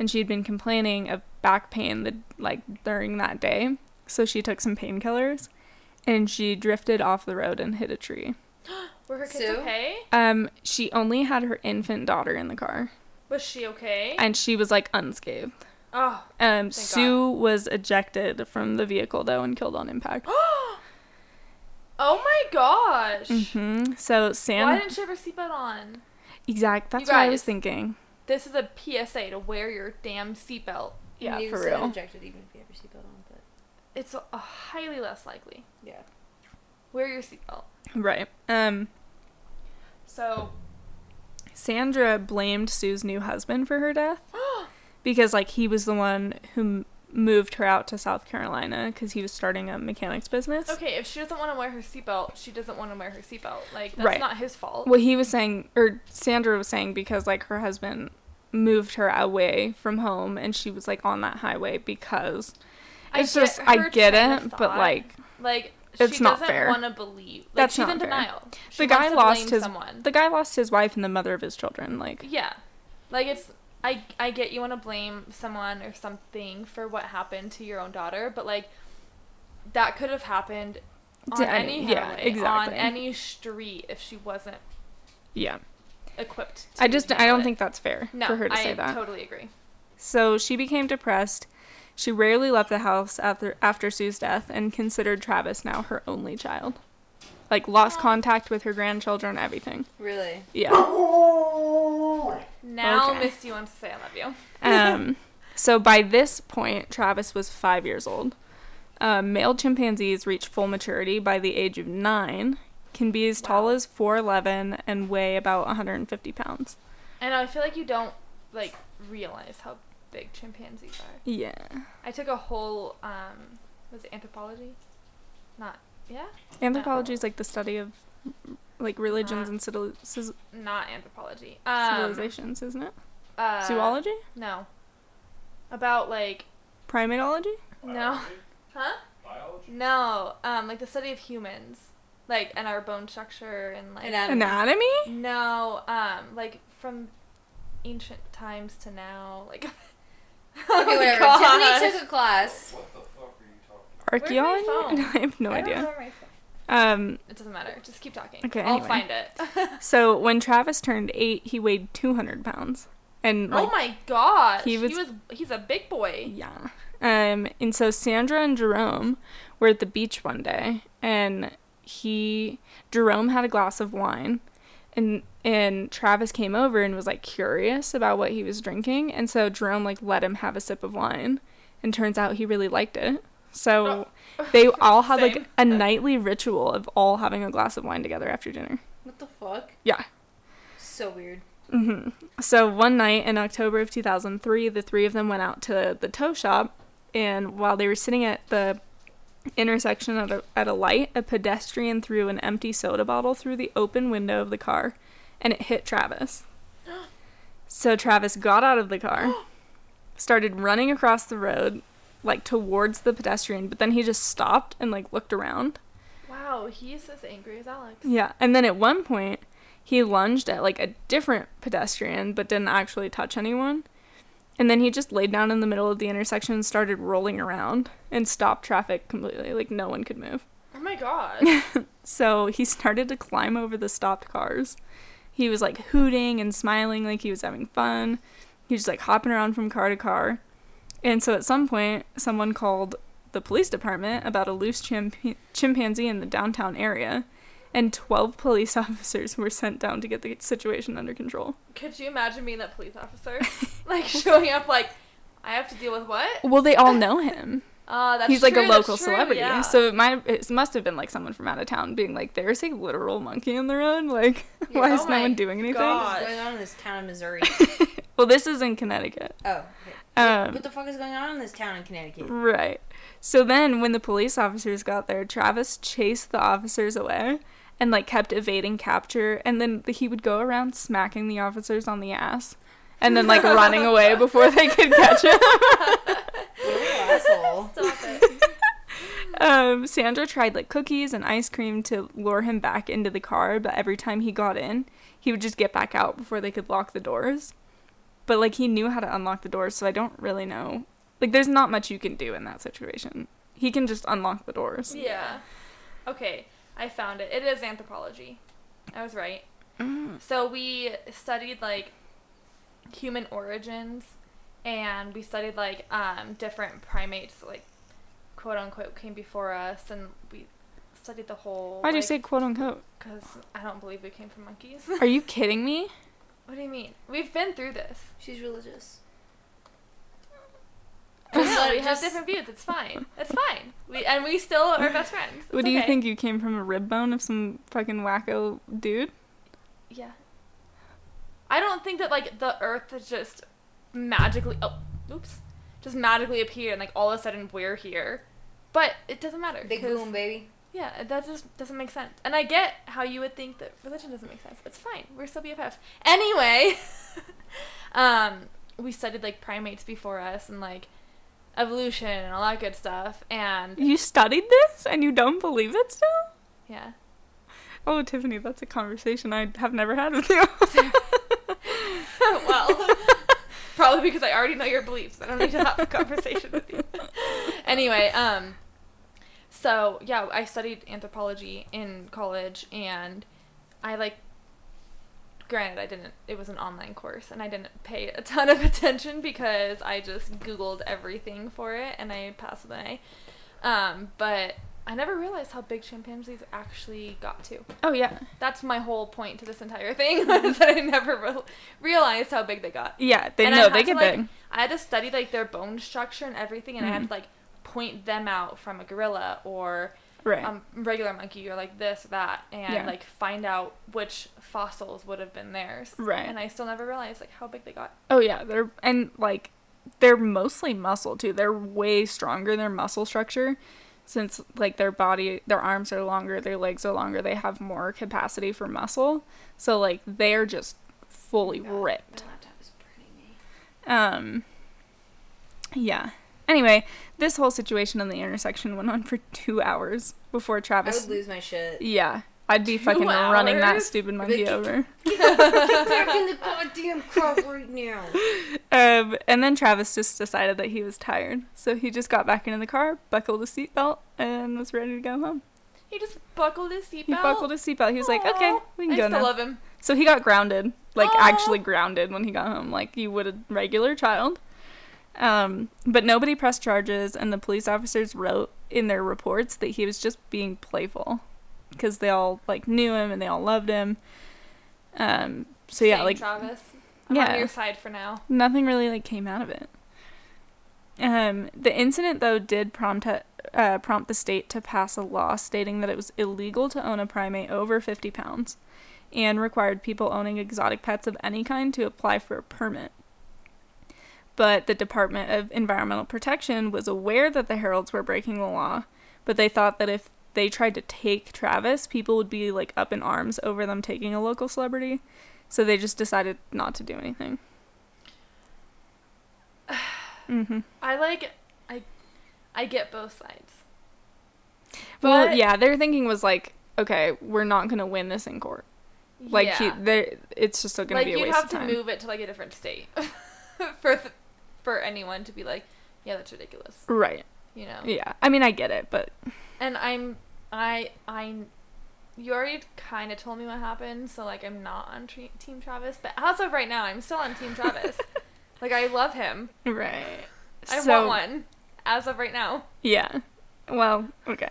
Speaker 2: and she had been complaining of back pain the, like during that day, so she took some painkillers, and she drifted off the road and hit a tree.
Speaker 3: Were her kids
Speaker 1: Sue?
Speaker 3: okay?
Speaker 2: Um, she only had her infant daughter in the car,
Speaker 3: Was she okay?
Speaker 2: and she was like unscathed.
Speaker 3: oh.
Speaker 2: Um,
Speaker 3: Thank
Speaker 2: Sue was ejected from the vehicle though and killed on impact.
Speaker 3: Oh my gosh.
Speaker 2: hmm So
Speaker 3: Why
Speaker 2: Sam,
Speaker 3: didn't she have her seatbelt on?
Speaker 2: exact. That's
Speaker 3: You
Speaker 2: what I was
Speaker 3: guys.
Speaker 2: thinking.
Speaker 3: This is a PSA to wear your damn seatbelt.
Speaker 2: Yeah,
Speaker 1: you
Speaker 2: for
Speaker 1: said
Speaker 2: real.
Speaker 1: Injected even if you have your seatbelt on, but
Speaker 3: It's a, a highly less likely.
Speaker 1: yeah.
Speaker 3: Wear your seatbelt.
Speaker 2: Right. Um,
Speaker 3: So,
Speaker 2: Sandra blamed Sue's new husband for her death because like he was the one who m- moved her out to South Carolina because he was starting a mechanics business.
Speaker 3: okay, if she doesn't want to wear her seatbelt, she doesn't want to wear her seatbelt. Like, that's
Speaker 2: Right.
Speaker 3: not his fault.
Speaker 2: Well, he was saying, or Sandra was saying, because like her husband moved her away from home and she was like on that highway because
Speaker 3: I
Speaker 2: it's
Speaker 3: get
Speaker 2: just
Speaker 3: her
Speaker 2: I get
Speaker 3: train of
Speaker 2: it, but
Speaker 3: thought.
Speaker 2: like
Speaker 3: Like,
Speaker 2: it's
Speaker 3: she
Speaker 2: not
Speaker 3: doesn't
Speaker 2: fair.
Speaker 3: want to believe. Like,
Speaker 2: That's
Speaker 3: she's
Speaker 2: not
Speaker 3: in
Speaker 2: fair.
Speaker 3: denial. She
Speaker 2: the guy
Speaker 3: wants to
Speaker 2: lost
Speaker 3: blame
Speaker 2: his
Speaker 3: someone.
Speaker 2: the guy lost his wife and the mother of his children like
Speaker 3: Yeah. Like it's I I get you want to blame someone or something for what happened to your own daughter, but like that could have happened on
Speaker 2: To any-
Speaker 3: any,
Speaker 2: yeah,
Speaker 3: highway, on
Speaker 2: exactly.
Speaker 3: any street if she wasn't
Speaker 2: yeah
Speaker 3: equipped. To
Speaker 2: i just i
Speaker 3: handle
Speaker 2: don't
Speaker 3: it.
Speaker 2: think that's fair
Speaker 3: no,
Speaker 2: for her to
Speaker 3: I
Speaker 2: say that
Speaker 3: totally agree.
Speaker 2: so she became depressed she rarely left the house after after sue's death and considered travis now her only child like lost contact with her grandchildren everything
Speaker 1: Really?
Speaker 2: yeah
Speaker 3: Now
Speaker 2: Okay.
Speaker 3: Miss you wants to say I love you.
Speaker 2: um so by this point travis was five years old uh, male chimpanzees reach full maturity by the age of nine can be as tall
Speaker 3: Wow.
Speaker 2: as 4'11 and weigh about 150 pounds
Speaker 3: And I feel like you don't like realize how big chimpanzees are.
Speaker 2: Yeah.
Speaker 3: I took a whole um was it anthropology? Not yeah?
Speaker 2: Anthropology is like the study of like religions
Speaker 3: Uh,
Speaker 2: and civil- ciz-
Speaker 3: Not anthropology. Um,
Speaker 2: civilizations, isn't it?
Speaker 3: uh,
Speaker 2: Zoology,
Speaker 3: No. About like
Speaker 2: primatology.
Speaker 3: no, huh?
Speaker 4: Biology?
Speaker 3: No. Um, like the study of humans, like and our bone structure and like
Speaker 1: Anatomy.
Speaker 2: Anatomy?
Speaker 3: no, um, like from ancient times to now, like. oh
Speaker 1: Okay, whatever.
Speaker 3: gosh.
Speaker 1: Tiffany took a class.
Speaker 4: What the fuck are you talking
Speaker 3: my
Speaker 2: Archaeology?
Speaker 3: phone?
Speaker 2: I have no
Speaker 3: I don't
Speaker 2: idea.
Speaker 3: remember my phone.
Speaker 2: Um,
Speaker 3: It doesn't matter. Just keep talking.
Speaker 2: Okay,
Speaker 3: I'll
Speaker 2: anyway.
Speaker 3: find it.
Speaker 2: so when Travis turned eight, he weighed 200 pounds. And like,
Speaker 3: oh my gosh.
Speaker 2: he
Speaker 3: He was,
Speaker 2: was-
Speaker 3: he's a big boy.
Speaker 2: Yeah. Um, and so Sandra and Jerome were at the beach one day, and he Jerome had a glass of wine, and and Travis came over and was like curious about what he was drinking, and so Jerome like let him have a sip of wine, and turns out he really liked it. So they all had like
Speaker 3: Same.
Speaker 2: a nightly ritual of all having a glass of wine together after dinner.
Speaker 1: What the fuck?
Speaker 2: Yeah.
Speaker 1: So weird.
Speaker 2: hmm So one night in October of 2003, the three of them went out to the tow shop, and while they were sitting at the intersection at a, at a light, a pedestrian threw an empty soda bottle through the open window of the car, and it hit Travis. So Travis got out of the car, started running across the road, like towards the pedestrian, but then he just stopped and like looked around.
Speaker 3: Wow, he's as angry as Alex.
Speaker 2: Yeah, and then at one point, he lunged at like a different pedestrian, but didn't actually touch anyone. And then he just laid down in the middle of the intersection and started rolling around and stopped traffic completely. Like no one could move.
Speaker 3: Oh my gosh.
Speaker 2: So he started to climb over the stopped cars. He was like hooting and smiling like he was having fun. He was like hopping around from car to car. And so at some point, someone called the police department about a loose chimp- chimpanzee in the downtown area. And 12 police officers were sent down to get the situation under control.
Speaker 3: Could you imagine being that police officer? like showing up like I have to deal with what?
Speaker 2: Well, they all know him.
Speaker 3: Uh that's
Speaker 2: He's like
Speaker 3: true,
Speaker 2: a
Speaker 3: that's
Speaker 2: local
Speaker 3: true,
Speaker 2: celebrity.
Speaker 3: yeah.
Speaker 2: So it might it must have been like someone from out of town being like, there's a literal monkey in the road. Like, why
Speaker 3: oh
Speaker 2: is no
Speaker 3: my
Speaker 2: one doing anything?
Speaker 3: God.
Speaker 1: What's
Speaker 3: Gosh.
Speaker 1: going on in this town in Missouri?
Speaker 2: Well, this is in Connecticut.
Speaker 1: Oh. Okay.
Speaker 2: Um,
Speaker 1: what the fuck is going on in this town in Connecticut?
Speaker 2: right. So then, when the police officers got there, Travis chased the officers away and like kept evading capture. And then he would go around smacking the officers on the ass and then like running away before they could catch him.
Speaker 1: asshole.
Speaker 3: Stop it.
Speaker 2: Um, Sandra tried like cookies and ice cream to lure him back into the car, but every time he got in, he would just get back out before they could lock the doors. But like he knew how to unlock the doors, so I don't really know. Like there's not much you can do in that situation. He can just unlock the doors.
Speaker 3: yeah. Okay, I found it. It is anthropology. I was right.
Speaker 2: Mm.
Speaker 3: So we studied like human origins and we studied like um, different primates that, like quote unquote came before us and we studied the whole
Speaker 2: Why'd you say quote unquote?
Speaker 3: because I don't believe we came from monkeys.
Speaker 2: Are you kidding me?
Speaker 3: what do you mean? We've been through this.
Speaker 1: She's religious.
Speaker 3: I
Speaker 1: Just
Speaker 3: know,
Speaker 1: let-
Speaker 3: we have
Speaker 1: just-
Speaker 3: different views. It's fine. It's fine. We and we still are best friends.
Speaker 2: What
Speaker 3: It's
Speaker 2: do you
Speaker 3: okay.
Speaker 2: think you came from a rib bone of some fucking wacko dude?
Speaker 3: Yeah. I don't think that like the Earth is just magically oh oops just magically appeared and like all of a sudden we're here, but it doesn't matter.
Speaker 1: Big
Speaker 3: 'cause-
Speaker 1: boom, baby.
Speaker 3: Yeah, it- that just doesn't make sense. And I get how you would think that religion doesn't make sense. It's fine. We're still BFFs. Anyway, um, we studied like primates before us and like evolution and all that good stuff. And
Speaker 2: You studied this and you don't believe it still?
Speaker 3: yeah,
Speaker 2: Oh, Tiffany, that's a conversation I have never had with you.
Speaker 3: well, probably because I already know your beliefs. I don't need to have a conversation with you. anyway, um, so yeah, I studied anthropology in college, and I like. Granted, I didn't. It was an online course, and I didn't pay a ton of attention because I just Googled everything for it, and I passed with an A. Um, but I never realized how big chimpanzees actually got to.
Speaker 2: oh yeah,
Speaker 3: That's my whole point to this entire thing was that I never re- realized how big they got.
Speaker 2: yeah. They
Speaker 3: And I
Speaker 2: know
Speaker 3: had
Speaker 2: they
Speaker 3: to,
Speaker 2: get
Speaker 3: like,
Speaker 2: big.
Speaker 3: I had to study like their bone structure and everything, and I had
Speaker 2: Mhm.
Speaker 3: to like point them out from a gorilla or
Speaker 2: Right.
Speaker 3: a um, regular monkey or like this that, and
Speaker 2: Yeah.
Speaker 3: like find out which fossils would have been theirs.
Speaker 2: Right.
Speaker 3: And I still never realized like how big they got.
Speaker 2: oh yeah, they're and like they're mostly muscle too. They're way stronger. Their muscle structure. since like their body their arms are longer their legs are longer they have more capacity for muscle so like they're just fully ripped
Speaker 1: My laptop is burning me.
Speaker 2: um, yeah. Anyway, this whole situation on the intersection went on for two hours before
Speaker 1: I
Speaker 2: Travis.
Speaker 1: would lose my shit.
Speaker 2: yeah, I'd be
Speaker 3: Two
Speaker 2: fucking running that
Speaker 3: hours?
Speaker 2: stupid monkey over.
Speaker 1: Get back in the goddamn car right now.
Speaker 2: Um, and then Travis just decided that he was tired, so he just got back into the car, buckled his seatbelt, and was ready to go home.
Speaker 3: He just buckled his seatbelt.
Speaker 2: He buckled his seatbelt. He was like, "Okay,
Speaker 3: Aw,
Speaker 2: we can
Speaker 3: I
Speaker 2: go
Speaker 3: still
Speaker 2: now."
Speaker 3: love him.
Speaker 2: So he got grounded, like
Speaker 3: Aw.
Speaker 2: actually grounded when he got home, like you would a regular child. Um, but nobody pressed charges, and the police officers wrote in their reports that he was just being playful because they all like knew him and they all loved him. Um, so yeah,
Speaker 3: Same,
Speaker 2: like
Speaker 3: Travis. I'm
Speaker 2: Yeah.
Speaker 3: on your side for now.
Speaker 2: nothing really like came out of it. Um, the incident though did prompt uh, prompt the state to pass a law stating that it was illegal to own a primate over 50 pounds, and required people owning exotic pets of any kind to apply for a permit. But the Department of Environmental Protection was aware that the heralds were breaking the law, but they thought that if they tried to take Travis, people would be like up in arms over them taking a local celebrity, so they just decided not to do anything. Mm-hmm.
Speaker 3: I like I I get both sides.
Speaker 2: Well,
Speaker 3: But-
Speaker 2: yeah, their thinking was like, okay, we're not gonna win this in court. Like,
Speaker 3: yeah.
Speaker 2: he, there, it's just gonna
Speaker 3: like
Speaker 2: be a
Speaker 3: you'd
Speaker 2: waste
Speaker 3: have
Speaker 2: of
Speaker 3: to
Speaker 2: time.
Speaker 3: move it to like a different state for th- for anyone to be like, yeah, that's ridiculous.
Speaker 2: Right?
Speaker 3: You know.
Speaker 2: Yeah. I mean, I get it, but
Speaker 3: And I'm I I you already kind of told me what happened, so like I'm not on tre- team Travis, but as of right now, I'm still on team Travis. like I love him.
Speaker 2: right.
Speaker 3: I
Speaker 2: So-
Speaker 3: want one. As of right now.
Speaker 2: Yeah. Well, okay.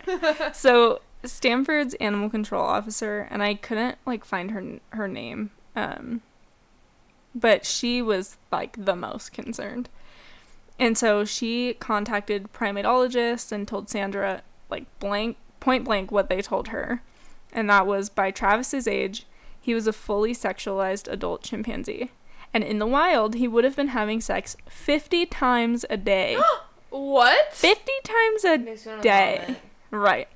Speaker 2: so Stanford's animal control officer, and I couldn't like find her her name, um, but she was like the most concerned, and so she contacted primatologists and told Sandra like blank point blank what they told her, and that was by Travis's age, he was a fully sexualized adult chimpanzee. And in the wild, he would have been having sex 50 times a day.
Speaker 3: What?
Speaker 2: 50 times a
Speaker 1: Makes me wanna
Speaker 2: day.
Speaker 1: vomit.
Speaker 2: Right.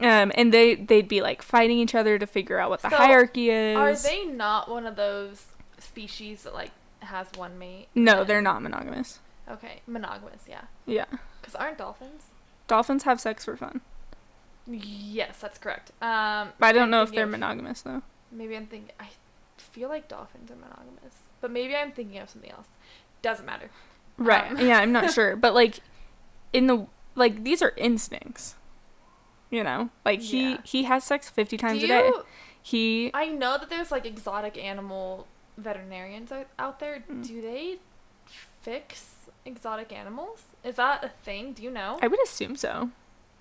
Speaker 2: Um, and they they'd be like fighting each other to figure out what the
Speaker 3: So,
Speaker 2: hierarchy is.
Speaker 3: Are they not one of those species that like has one mate?
Speaker 2: No,
Speaker 3: and-
Speaker 2: they're not monogamous.
Speaker 3: Okay, monogamous, yeah.
Speaker 2: Yeah,
Speaker 3: Cuz aren't dolphins?
Speaker 2: dolphins have sex for fun.
Speaker 3: Yes, that's correct. Um
Speaker 2: But I don't
Speaker 3: I'm
Speaker 2: know if
Speaker 3: thinking
Speaker 2: they're
Speaker 3: of-
Speaker 2: monogamous though.
Speaker 3: Maybe I'm thinking I feel like dolphins are monogamous, but maybe I'm thinking of something else. Doesn't matter.
Speaker 2: Right.
Speaker 3: Um,
Speaker 2: yeah, I'm not sure, but like in the like these are instincts. You know, like he
Speaker 3: Yeah.
Speaker 2: he has sex 50 times
Speaker 3: Do
Speaker 2: a day.
Speaker 3: you-
Speaker 2: He
Speaker 3: I know that there's like exotic animal veterinarians out- out there.
Speaker 2: Mm.
Speaker 3: Do they fix exotic animals? Is that a thing? Do you know?
Speaker 2: I would assume so.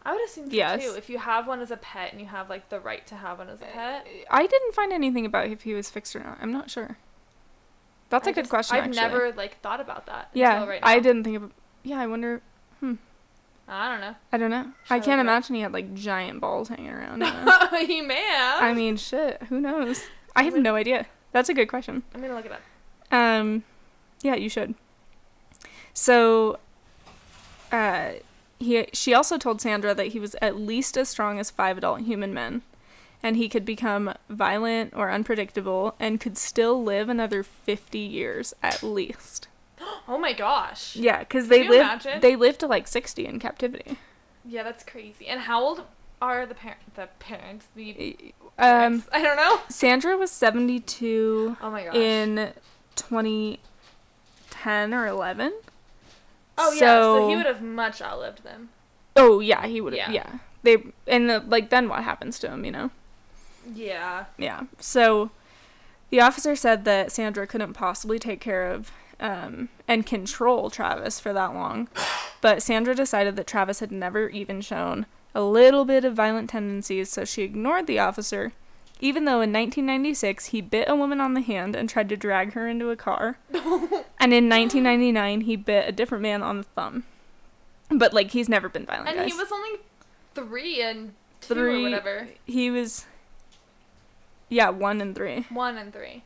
Speaker 3: I would assume so
Speaker 2: Yes.
Speaker 3: too. If you have one as a pet and you have like the right to have one as a pet.
Speaker 2: I didn't find anything about if he was fixed or not. I'm not sure. That's a
Speaker 3: a
Speaker 2: good question.
Speaker 3: I've
Speaker 2: actually.
Speaker 3: never like thought about that.
Speaker 2: Yeah,
Speaker 3: until right
Speaker 2: I
Speaker 3: now.
Speaker 2: didn't think of. Yeah, I wonder.
Speaker 3: I don't know.
Speaker 2: I don't know. I
Speaker 3: Shut
Speaker 2: can't
Speaker 3: up.
Speaker 2: imagine he had like giant balls hanging around. you know?
Speaker 3: he may have.
Speaker 2: I mean, shit. Who knows? I have
Speaker 3: Would-
Speaker 2: no idea. That's a good question.
Speaker 3: I'm gonna look it up.
Speaker 2: Um, yeah, you should. So, uh, he she also told Sandra that he was at least as strong as five adult human men, and he could become violent or unpredictable, and could still live another fifty years at least.
Speaker 3: Oh my gosh.
Speaker 2: Yeah, because
Speaker 3: Could
Speaker 2: they
Speaker 3: you
Speaker 2: live
Speaker 3: imagine?
Speaker 2: they live to like sixty in captivity.
Speaker 3: Yeah, that's crazy. And how old are the parent the parents? The
Speaker 2: Um,
Speaker 3: parents? I don't know.
Speaker 2: Sandra was 72
Speaker 3: Oh my gosh.
Speaker 2: in 2010 or 11.
Speaker 3: oh yeah, so
Speaker 2: so-
Speaker 3: he would have much outlived them.
Speaker 2: Oh yeah, he would have.
Speaker 3: Yeah.
Speaker 2: Yeah. They and the, like then what happens to him, you know?
Speaker 3: Yeah.
Speaker 2: Yeah. So the officer said that Sandra couldn't possibly take care of um, and control Travis for that long, but Sandra decided that Travis had never even shown a little bit of violent tendencies, so she ignored the officer, even though in 1996 he bit a woman on the hand and tried to drag her into a car. and in 1999 he bit a different man on the thumb. But like he's never been violent.
Speaker 3: And
Speaker 2: Oh, guys.
Speaker 3: he was only three and two
Speaker 2: Three-
Speaker 3: or whatever.
Speaker 2: he was yeah, 1 and 3.
Speaker 3: One and three.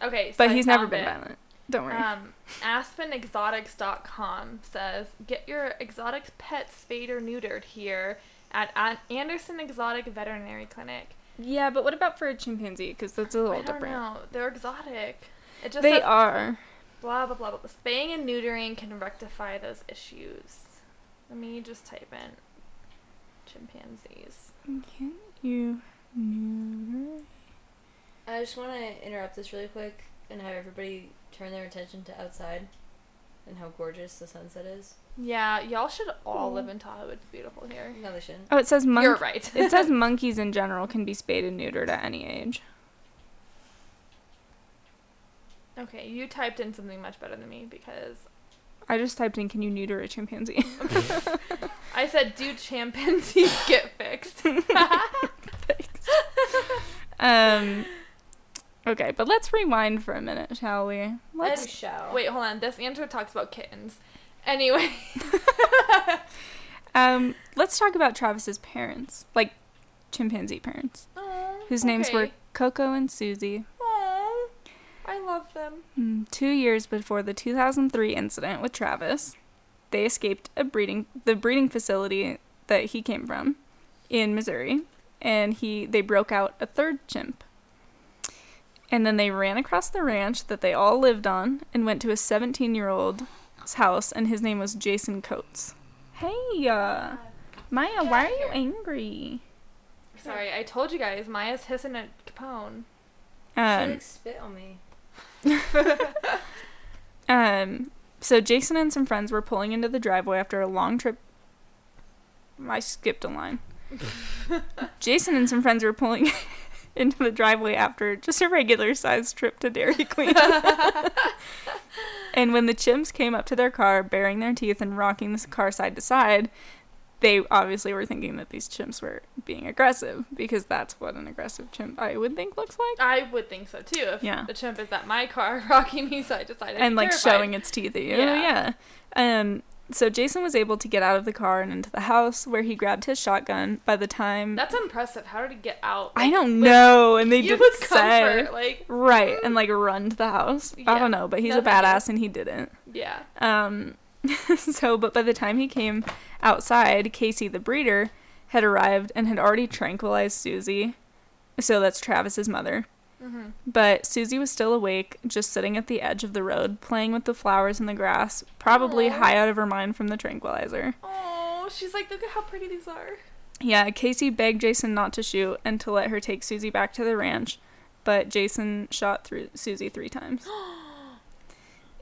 Speaker 3: Okay, so
Speaker 2: But
Speaker 3: I
Speaker 2: he's never
Speaker 3: found
Speaker 2: been
Speaker 3: it.
Speaker 2: violent. Don't worry.
Speaker 3: Um, AspenExotics.com says get your exotic pets spayed or neutered here at An- Anderson Exotic Veterinary Clinic.
Speaker 2: Yeah, but what about for a chimpanzee? Because that's a
Speaker 3: I
Speaker 2: little
Speaker 3: don't
Speaker 2: different.
Speaker 3: know. They're exotic. It just
Speaker 2: They
Speaker 3: says
Speaker 2: are.
Speaker 3: blah blah blah blah. blah. Spaying and neutering can rectify those issues. Let me just type in chimpanzees.
Speaker 2: Can't you neuter?
Speaker 1: I just want to interrupt this really quick and have everybody turn their attention to outside and how gorgeous the sunset is.
Speaker 3: Yeah, y'all should all
Speaker 2: Aw.
Speaker 3: live in Tahoe. It's beautiful here.
Speaker 1: No, they shouldn't.
Speaker 2: Oh, it says monkey.
Speaker 3: You're right.
Speaker 2: it says monkeys in general can be spayed and neutered at any age.
Speaker 3: okay, you typed in something much better than me because
Speaker 2: I just typed in, "Can you neuter a chimpanzee?"
Speaker 3: I said, do chimpanzees get fixed?
Speaker 2: um. Okay, but let's rewind for a minute, shall we? Let's.
Speaker 1: Let's show.
Speaker 3: Wait, hold on. This answer talks about kittens. Anyway,
Speaker 2: Um. Let's talk about Travis's parents, like chimpanzee parents, whose names were Coco and Susie.
Speaker 3: Aww, I love them.
Speaker 2: Mm, Two years before the 2003 incident with Travis, they escaped a breeding the breeding facility that he came from in Missouri, and he they broke out a third chimp. And then they ran across the ranch that they all lived on and went to a 17-year-old's house, and his name was Jason Coates. Hey, uh, Maya, why are you angry?
Speaker 3: Sorry, I told you guys Maya's hissing at Capone.
Speaker 1: She,
Speaker 2: Um,
Speaker 1: like, spit on me.
Speaker 2: Um, so Jason and some friends were pulling into the driveway after a long trip. I skipped a line. Jason and some friends were pulling into the driveway after just a regular sized trip to Dairy Queen. and when the chimps came up to their car, baring their teeth and rocking the car side to side, they obviously were thinking that these chimps were being aggressive because that's what an aggressive chimp I would think looks like.
Speaker 3: I would think so too if
Speaker 2: Yeah.
Speaker 3: the chimp is at my car rocking me side to side. I'd be
Speaker 2: and like
Speaker 3: terrified.
Speaker 2: showing its teeth at you.
Speaker 3: Yeah.
Speaker 2: Yeah. Um. So Jason was able to get out of the car and into the house, where he grabbed his shotgun. By the time
Speaker 3: That's impressive. How did he get out?
Speaker 2: I don't know, and they
Speaker 3: you
Speaker 2: didn't
Speaker 3: would
Speaker 2: say
Speaker 3: comfort, like
Speaker 2: right, and like run to the house.
Speaker 3: Yeah.
Speaker 2: I don't know, but he's
Speaker 3: Nothing
Speaker 2: a badass, and he didn't.
Speaker 3: yeah.
Speaker 2: Um. so, but by the time he came outside, Casey the breeder had arrived and had already tranquilized Susie. So that's Travis's mother.
Speaker 3: Mm-hmm.
Speaker 2: But Susie was still awake, just sitting at the edge of the road, playing with the flowers in the grass, probably
Speaker 3: Aw.
Speaker 2: high out of her mind from the tranquilizer.
Speaker 3: Oh, she's like, look at how pretty these are.
Speaker 2: Yeah, Casey begged Jason not to shoot and to let her take Susie back to the ranch, but Jason shot through Susie three times.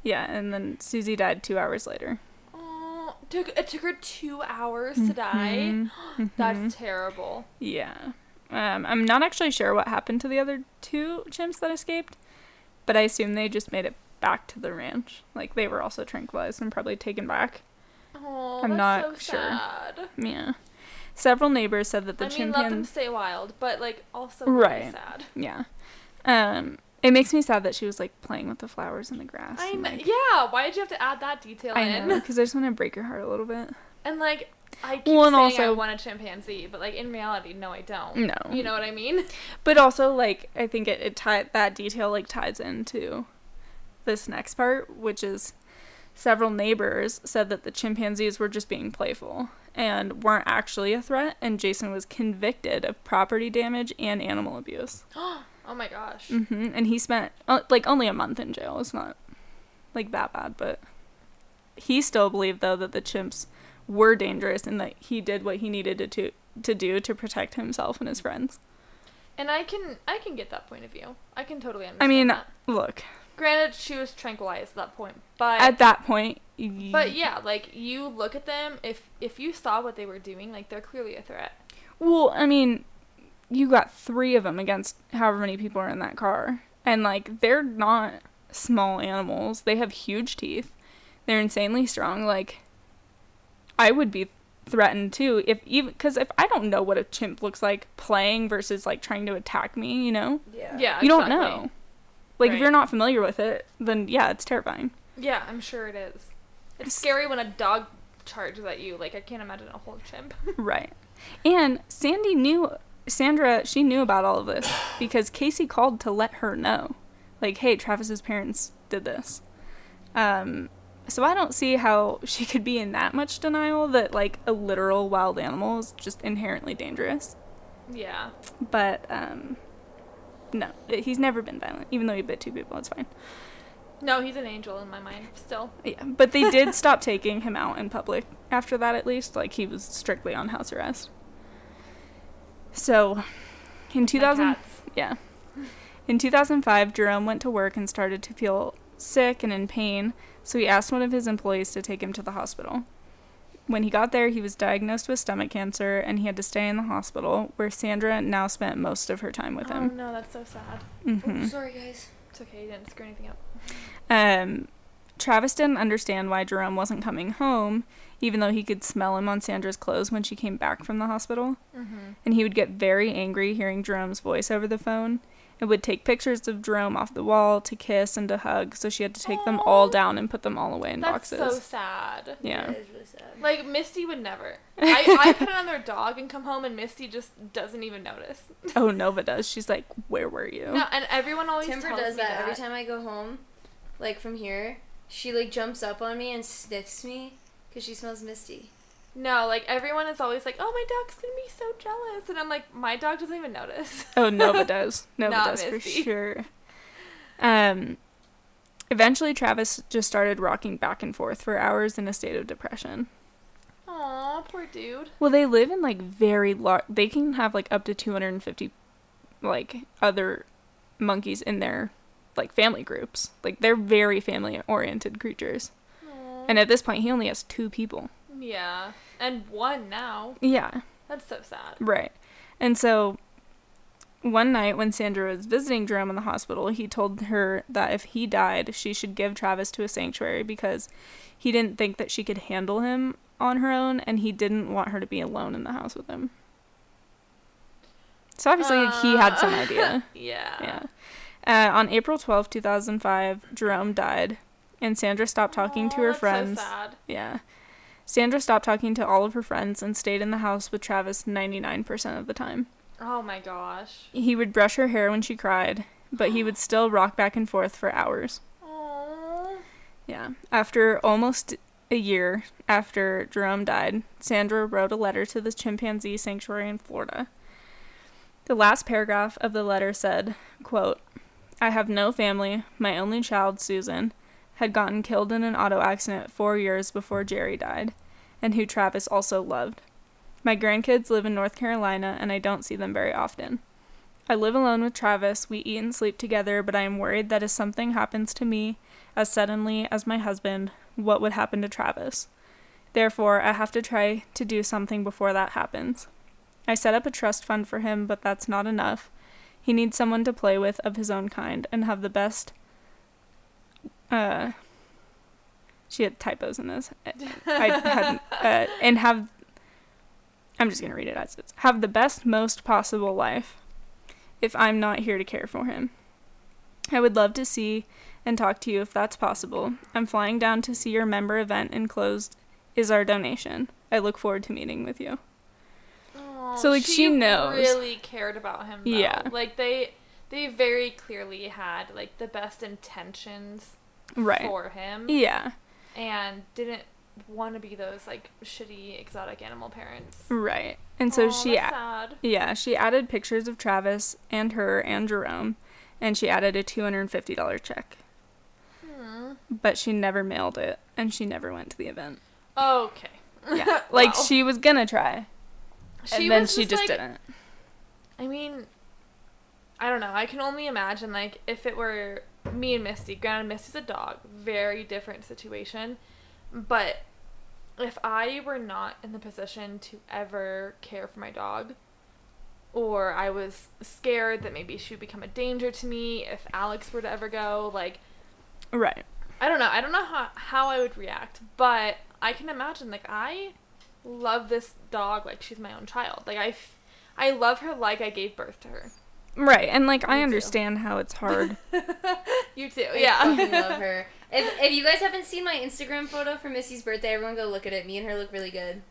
Speaker 2: yeah, and then Susie died two hours later.
Speaker 3: Oh, took it took her two hours to die.
Speaker 2: Mhm, mhm.
Speaker 3: That's terrible.
Speaker 2: Yeah. Um, I'm not actually sure what happened to the other two chimps that escaped, but I assume they just made it back to the ranch. Like, they were also tranquilized and probably taken back.
Speaker 3: Oh,
Speaker 2: I'm
Speaker 3: that's
Speaker 2: not
Speaker 3: so
Speaker 2: sure.
Speaker 3: sad.
Speaker 2: Yeah. Several neighbors said that the
Speaker 3: I mean,
Speaker 2: chimpanzee.
Speaker 3: let them stay wild, but like also really
Speaker 2: Right.
Speaker 3: sad.
Speaker 2: yeah. Um, it makes me sad that she was like playing with the flowers in the grass.
Speaker 3: I
Speaker 2: and,
Speaker 3: know.
Speaker 2: like,
Speaker 3: Yeah, why did you have to add that detail
Speaker 2: I
Speaker 3: in?
Speaker 2: know because I just want to break your heart a little bit.
Speaker 3: And like, I keep
Speaker 2: Well, and
Speaker 3: saying I
Speaker 2: also- Mm.
Speaker 3: want a chimpanzee, but like in reality, no, I don't.
Speaker 2: No.
Speaker 3: You know what I mean?
Speaker 2: But also, like, I think it, it tie that detail like ties into this next part, which is several neighbors said that the chimpanzees were just being playful and weren't actually a threat, and Jason was convicted of property damage and animal abuse.
Speaker 3: Oh my gosh.
Speaker 2: hmm And he spent uh, like only a month in jail. It's not like that bad, but he still believed though that the chimps were dangerous and that he did what he needed to to, to do to protect himself and his friends.
Speaker 3: And I can I can get that point of view. I can totally understand.
Speaker 2: I mean,
Speaker 3: that.
Speaker 2: look
Speaker 3: granted, she was tranquilized at that point, but
Speaker 2: at that point. y-
Speaker 3: But yeah, like you look at them. If if you saw what they were doing, like they're clearly a threat.
Speaker 2: well, I mean, you got three of them against however many people are in that car, and like they're not small animals. They have huge teeth. They're insanely strong. Like I would be threatened too if even because if I don't know what a chimp looks like playing versus like trying to attack me, you know,
Speaker 1: Yeah.
Speaker 3: Yeah,
Speaker 2: you don't
Speaker 3: exactly.
Speaker 2: know. Like
Speaker 3: Right.
Speaker 2: if you're not familiar with it, then yeah, it's terrifying.
Speaker 3: Yeah, I'm sure it is. It's
Speaker 2: It's-
Speaker 3: scary when a dog charges at you. Like I can't imagine a whole chimp.
Speaker 2: Right. And Sandy knew Sandra, she knew about all of this because Casey called to let her know. Like, hey, Travis's parents did this. Um, so I don't see how she could be in that much denial that like a literal wild animal is just inherently dangerous.
Speaker 3: Yeah.
Speaker 2: But um, no, he's never been violent, even though he bit two people. It's fine.
Speaker 3: No, he's an angel in my mind still.
Speaker 2: Yeah, but they did stop taking him out in public after that, at least. Like, he was strictly on house arrest. So, in 2000.
Speaker 3: My cats.
Speaker 2: Yeah. In 2005, Jerome went to work and started to feel sick and in pain, so he asked one of his employees to take him to the hospital. When he got there, he was diagnosed with stomach cancer and he had to stay in the hospital, where Sandra now spent most of her time with
Speaker 3: Oh
Speaker 2: him.
Speaker 3: no, that's so sad.
Speaker 2: hmm
Speaker 1: Sorry, guys.
Speaker 3: It's okay, you didn't screw anything up.
Speaker 2: Um, Travis didn't understand why Jerome wasn't coming home, even though he could smell him on Sandra's clothes when she came back from the hospital.
Speaker 3: Mm-hmm.
Speaker 2: And he would get very angry hearing Jerome's voice over the phone and would take pictures of Jerome off the wall to kiss and to hug. So she had to take them all
Speaker 3: Aw.
Speaker 2: down and put them all away in
Speaker 3: That's so
Speaker 2: boxes.
Speaker 3: sad.
Speaker 2: yeah.
Speaker 1: That is really sad.
Speaker 3: Like Misty would never. I, I put on their dog and come home and Misty just doesn't even notice.
Speaker 2: Oh, Nova does. She's like, Where were you?
Speaker 3: No, and everyone always
Speaker 1: Timber
Speaker 3: tells
Speaker 1: does
Speaker 3: me
Speaker 1: that, every time I go home, like from here. She like jumps up on me and sniffs me because she smells misty.
Speaker 3: No, like everyone is always like, "Oh, my dog's gonna be so jealous," and I'm like, "My dog doesn't even notice."
Speaker 2: Oh, Nova does. Nova
Speaker 3: Not
Speaker 2: does for
Speaker 3: Misty.
Speaker 2: sure. Um, eventually, Travis just started rocking back and forth for hours in a state of depression.
Speaker 3: Aw, poor dude.
Speaker 2: Well, they live in like very large. They can have like up to 250 like other monkeys in their like family groups. Like they're very family oriented creatures.
Speaker 3: Aw.
Speaker 2: And at this point, he only has two people.
Speaker 3: yeah, and one now.
Speaker 2: Yeah,
Speaker 3: That's so sad.
Speaker 2: right. And so one night when Sandra was visiting Jerome in the hospital, he told her that if he died, she should give Travis to a sanctuary because he didn't think that she could handle him on her own and he didn't want her to be alone in the house with him. So obviously he had some
Speaker 3: Uh,
Speaker 2: idea.
Speaker 3: Yeah.
Speaker 2: Yeah. Uh, on April twelfth, two 2005, Jerome died and Sandra stopped talking to
Speaker 3: Aw,
Speaker 2: her
Speaker 3: Oh, that's so
Speaker 2: friends.
Speaker 3: sad.
Speaker 2: Yeah. Sandra stopped talking to all of her friends and stayed in the house with Travis 99% of the time.
Speaker 3: Oh my gosh.
Speaker 2: He would brush her hair when she cried, but he would still rock back and forth for hours.
Speaker 3: Aw.
Speaker 2: Yeah. After almost a year after Jerome died, Sandra wrote a letter to the chimpanzee sanctuary in Florida. The last paragraph of the letter said, quote, I have no family. My only child, Susan, had gotten killed in an auto accident four years before Jerry died, and who Travis also loved. My grandkids live in North Carolina, and I don't see them very often. I live alone with Travis. We eat and sleep together, but I am worried that if something happens to me as suddenly as my husband, what would happen to Travis? Therefore, I have to try to do something before that happens. I set up a trust fund for him, but that's not enough. He needs someone to play with of his own kind and have the best. Uh, she had typos in this. I hadn't. Uh, and have. I'm just gonna read it as it's. Have the best, most possible life. If I'm not here to care for him, I would love to see and talk to you if that's possible. I'm flying down to see your member event. Enclosed is our donation. I look forward to meeting with you.
Speaker 3: Aw,
Speaker 2: So, like, she knows.
Speaker 3: really cared about him. Though.
Speaker 2: Yeah.
Speaker 3: Like they they very clearly had like the best intentions
Speaker 2: Right.
Speaker 3: for him.
Speaker 2: Yeah.
Speaker 3: and didn't want to be those like shitty exotic animal parents.
Speaker 2: Right. And so
Speaker 3: Aw,
Speaker 2: she
Speaker 3: that's
Speaker 2: a-
Speaker 3: sad.
Speaker 2: Yeah, she added pictures of Travis and her and Jerome, and she added a $250 check.
Speaker 3: Hmm.
Speaker 2: But she never mailed it, and she never went to the event.
Speaker 3: Okay.
Speaker 2: Yeah, like
Speaker 3: Wow.
Speaker 2: she was gonna try, and then she just
Speaker 3: like-
Speaker 2: didn't.
Speaker 3: I mean, I don't know. I can only imagine like if it were me and Misty. Granted, Misty's a dog, very different situation, but if I were not in the position to ever care for my dog, or I was scared that maybe she would become a danger to me if Alex were to ever go, like
Speaker 2: Right.
Speaker 3: I don't know. I don't know how, how I would react, but I can imagine. Like, I love this dog like she's my own child. Like, I, f- I love her like I gave birth to her.
Speaker 2: Right. And like
Speaker 3: Me
Speaker 2: I
Speaker 3: too.
Speaker 2: understand how it's hard.
Speaker 3: You too.
Speaker 1: I
Speaker 3: yeah.
Speaker 1: fucking love her. If, if you guys haven't seen my Instagram photo for Missy's birthday, everyone go look at it. Me and her look really good.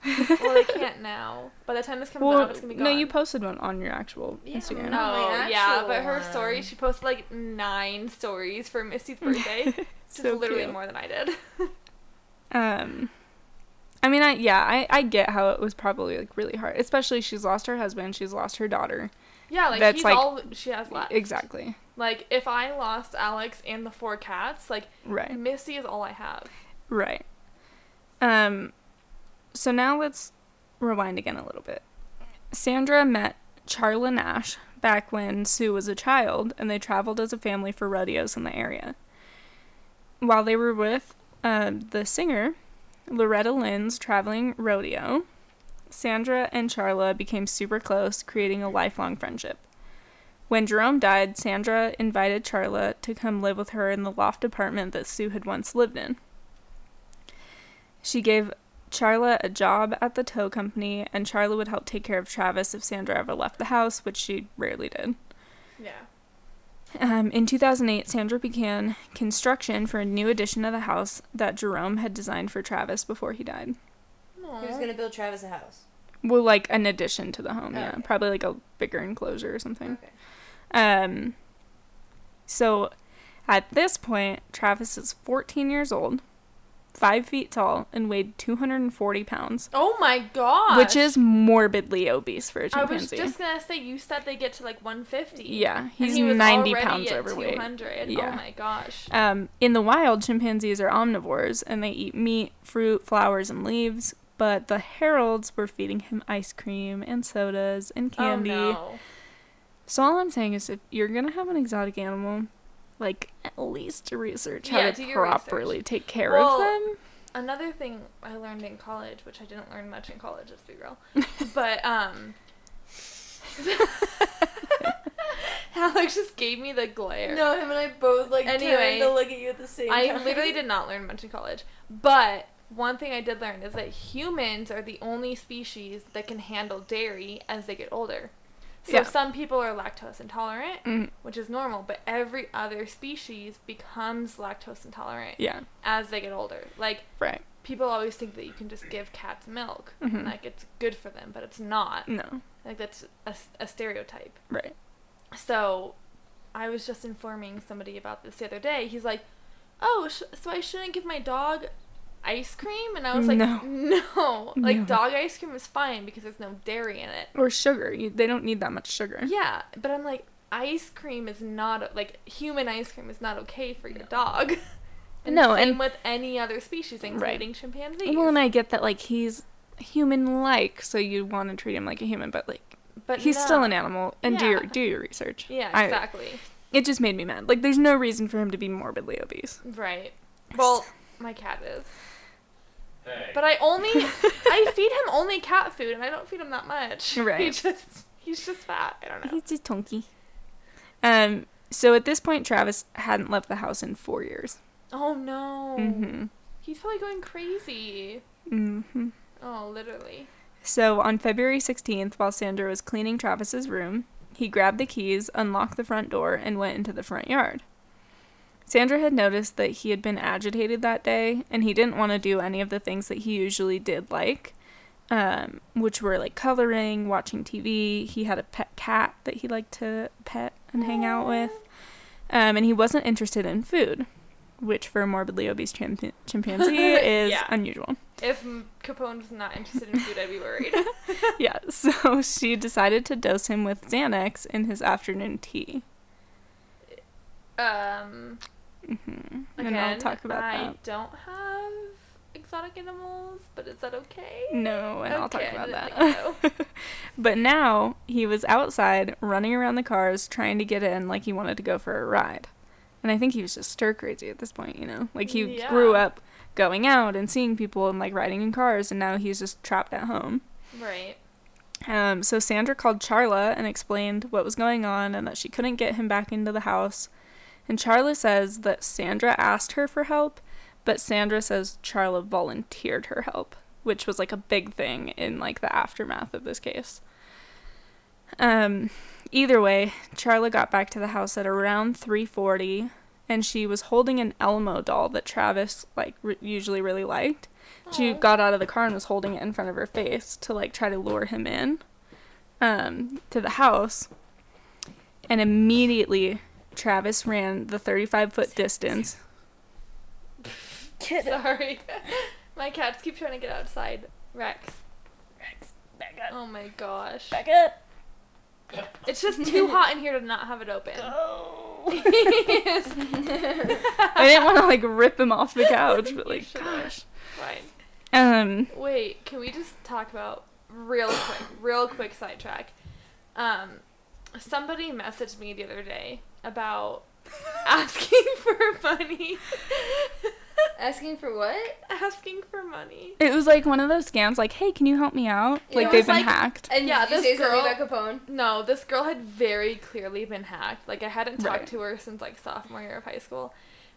Speaker 3: well, they can't now. By the time this comes
Speaker 2: Well,
Speaker 3: out, it's gonna be gone.
Speaker 2: no, you posted one on your actual
Speaker 1: Yeah,
Speaker 2: Instagram.
Speaker 1: no.
Speaker 3: Oh,
Speaker 1: my
Speaker 3: yeah,
Speaker 1: actual
Speaker 3: but her
Speaker 1: one.
Speaker 3: story, she posted like nine stories for Misty's birthday. Just
Speaker 2: So
Speaker 3: literally
Speaker 2: cute.
Speaker 3: more than I did.
Speaker 2: Um, I mean, I yeah, I I get how it was probably like really hard, especially she's lost her husband, she's lost her daughter.
Speaker 3: Yeah, like
Speaker 2: That's,
Speaker 3: he's
Speaker 2: like,
Speaker 3: all she has left.
Speaker 2: Exactly.
Speaker 3: Like if I lost Alex and the four cats, like
Speaker 2: Right.
Speaker 3: Misty is all I have.
Speaker 2: Right. Um, so now let's rewind again a little bit. Sandra met Charla Nash back when Sue was a child, and they traveled as a family for rodeos in the area. While they were with uh, the singer, Loretta Lynn's traveling rodeo, Sandra and Charla became super close, creating a lifelong friendship. When Jerome died, Sandra invited Charla to come live with her in the loft apartment that Sue had once lived in. She gave Charla a job at the tow company, and Charla would help take care of Travis if Sandra ever left the house, which she rarely did.
Speaker 3: Yeah.
Speaker 2: Um, in 2008, Sandra began construction for a new addition of the house that Jerome had designed for Travis before he died.
Speaker 1: He was gonna build Travis a house.
Speaker 2: Well, like an addition to the home, yeah.
Speaker 1: Okay.
Speaker 2: Probably like a bigger enclosure or something.
Speaker 1: Okay.
Speaker 2: Um, so at this point, Travis is 14 years old, 5 feet tall, and weighed 240 pounds.
Speaker 3: Oh my god.
Speaker 2: which is morbidly obese for a
Speaker 3: I was
Speaker 2: chimpanzee.
Speaker 3: just gonna say you said they get to like 150.
Speaker 2: yeah,
Speaker 3: And
Speaker 2: he's
Speaker 3: he was
Speaker 2: 90
Speaker 3: already
Speaker 2: pounds
Speaker 3: at
Speaker 2: overweight.
Speaker 3: 200.
Speaker 2: Yeah.
Speaker 3: Oh my gosh.
Speaker 2: Um, in the wild, chimpanzees are omnivores and they eat meat, fruit, flowers, and leaves. But the heralds were feeding him ice cream and sodas and candy.
Speaker 3: Oh no.
Speaker 2: So all I'm saying is, if you're gonna have an exotic animal, like at least research how
Speaker 3: Yeah, do
Speaker 2: to
Speaker 3: your research.
Speaker 2: properly take care
Speaker 3: Well,
Speaker 2: of them.
Speaker 3: Another thing I learned in college, which I didn't learn much in college, let's be real, but um, Alex just gave me the glare.
Speaker 1: No, him and I both like
Speaker 3: turned
Speaker 1: anyway,
Speaker 3: to
Speaker 1: to look at you at the same
Speaker 3: I literally did not learn much in college, but one thing I did learn is that humans are the only species that can handle dairy as they get older. So
Speaker 2: Yeah.
Speaker 3: some people are lactose intolerant,
Speaker 2: Mm,
Speaker 3: which is normal, but every other species becomes lactose intolerant
Speaker 2: yeah,
Speaker 3: as they get older. Like
Speaker 2: right.
Speaker 3: people always think that you can just give cats milk,
Speaker 2: Mhm.
Speaker 3: like it's good for them, but it's not.
Speaker 2: No,
Speaker 3: Like that's a, s- a stereotype.
Speaker 2: right.
Speaker 3: So, I was just informing somebody about this the other day. He's like, "Oh, sh- so I shouldn't give my dog ice cream?" And I was like,
Speaker 2: No.
Speaker 3: "No, like
Speaker 2: No.
Speaker 3: dog ice cream is fine because there's no dairy in it."
Speaker 2: Or sugar. You, they don't need that much sugar.
Speaker 3: Yeah, but I'm like, ice cream is not like human ice cream is not okay for your dog.
Speaker 2: No,
Speaker 3: same
Speaker 2: and-
Speaker 3: with any other species, including chimpanzees.
Speaker 2: Well, and I get that like he's human-like, so you want to treat him like a human, but like
Speaker 3: but
Speaker 2: he's still
Speaker 3: no.
Speaker 2: an animal, and do
Speaker 3: Yeah.
Speaker 2: your do your research.
Speaker 3: Yeah,
Speaker 2: I-
Speaker 3: exactly.
Speaker 2: it just made me mad. Like, there's no reason for him to be morbidly obese.
Speaker 3: Right. Well, my cat is.
Speaker 4: Hey.
Speaker 3: But I only I feed him only cat food and I don't feed him that much. He
Speaker 2: Right.
Speaker 3: just he's just fat. I don't know.
Speaker 2: He's just tonky. Um. So at this point, Travis hadn't left the house in four years.
Speaker 3: Oh no.
Speaker 2: Mm-hmm.
Speaker 3: He's probably going crazy.
Speaker 2: Mm-hmm.
Speaker 3: Oh, literally.
Speaker 2: So on February 16th, while Sandra was cleaning Travis's room, he grabbed the keys, unlocked the front door, and went into the front yard. Sandra had noticed that he had been agitated that day, and he didn't want to do any of the things that he usually did like, um, which were like coloring, watching TV. He had a pet cat that he liked to pet and hang out with, um, and he wasn't interested in food, which for a morbidly obese chimp- chimpanzee is
Speaker 3: Yeah.
Speaker 2: unusual.
Speaker 3: If M- Capone was not interested in food, I'd be worried.
Speaker 2: yeah, so she decided to dose him with Xanax in his afternoon tea.
Speaker 3: Um
Speaker 2: hmm
Speaker 3: again,
Speaker 2: and I'll talk about
Speaker 3: I
Speaker 2: that.
Speaker 3: don't have exotic animals, but is that okay?
Speaker 2: No, and Mm, I'll talk
Speaker 3: Okay, I
Speaker 2: about
Speaker 3: didn't
Speaker 2: that.
Speaker 3: think
Speaker 2: but now he was outside running around the cars trying to get in like he wanted to go for a ride. And I think he was just stir crazy at this point, you know? Like he
Speaker 3: Yeah.
Speaker 2: grew up going out and seeing people and like riding in cars, and now he's just trapped at home.
Speaker 3: so. Right.
Speaker 2: Um, so Sandra called Charla and explained what was going on and that she couldn't get him back into the house. And Charla says that Sandra asked her for help, but Sandra says Charla volunteered her help, which was like a big thing in like the aftermath of this case. Um, either way, Charla got back to the house at around 3:40 and she was holding an Elmo doll that Travis like re- usually really liked. She got out of the car and was holding it in front of her face to like try to lure him in um, to the house. And immediately Travis ran the 35 foot distance.
Speaker 1: Get
Speaker 3: Sorry. My cats keep trying to get outside. Rex.
Speaker 1: back
Speaker 3: Oh my gosh.
Speaker 1: Back up.
Speaker 3: It's just too hot in here to not have it open.
Speaker 1: Oh.
Speaker 2: I didn't want to like rip him off the couch, but
Speaker 3: You
Speaker 2: like,
Speaker 3: should've.
Speaker 2: gosh.
Speaker 3: Fine.
Speaker 2: Um,
Speaker 3: Wait, can we just talk about real quick, real quick sidetrack? Um, somebody messaged me the other day about asking for money,
Speaker 1: Asking for what?
Speaker 3: asking for money.
Speaker 2: it was like one of those scams, like, hey, can you help me out?
Speaker 1: It
Speaker 2: Like
Speaker 1: was
Speaker 2: they've been
Speaker 3: like-
Speaker 2: hacked.
Speaker 1: And
Speaker 3: Yeah,
Speaker 1: yeah, you
Speaker 3: this
Speaker 1: say something
Speaker 3: girl-
Speaker 1: about Capone.
Speaker 3: No, this girl had very clearly been hacked. Like I hadn't talked
Speaker 2: Right.
Speaker 3: to her since like sophomore year of high school.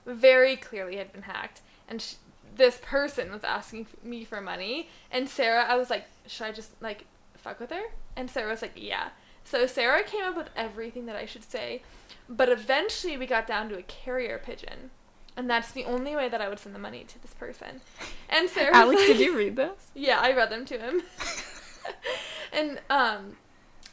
Speaker 3: Very clearly had been hacked, and sh this person was asking f- me for money. And Sarah, I was like, should I just like fuck with her? And Sarah was like, yeah. So Sarah came up with everything that I should say, but eventually we got down to a carrier pigeon, and that's the only way that I would send the money to this person. And Sarah, was
Speaker 2: Alex,
Speaker 3: like,
Speaker 2: did you read this?
Speaker 3: yeah, I read them to him. and um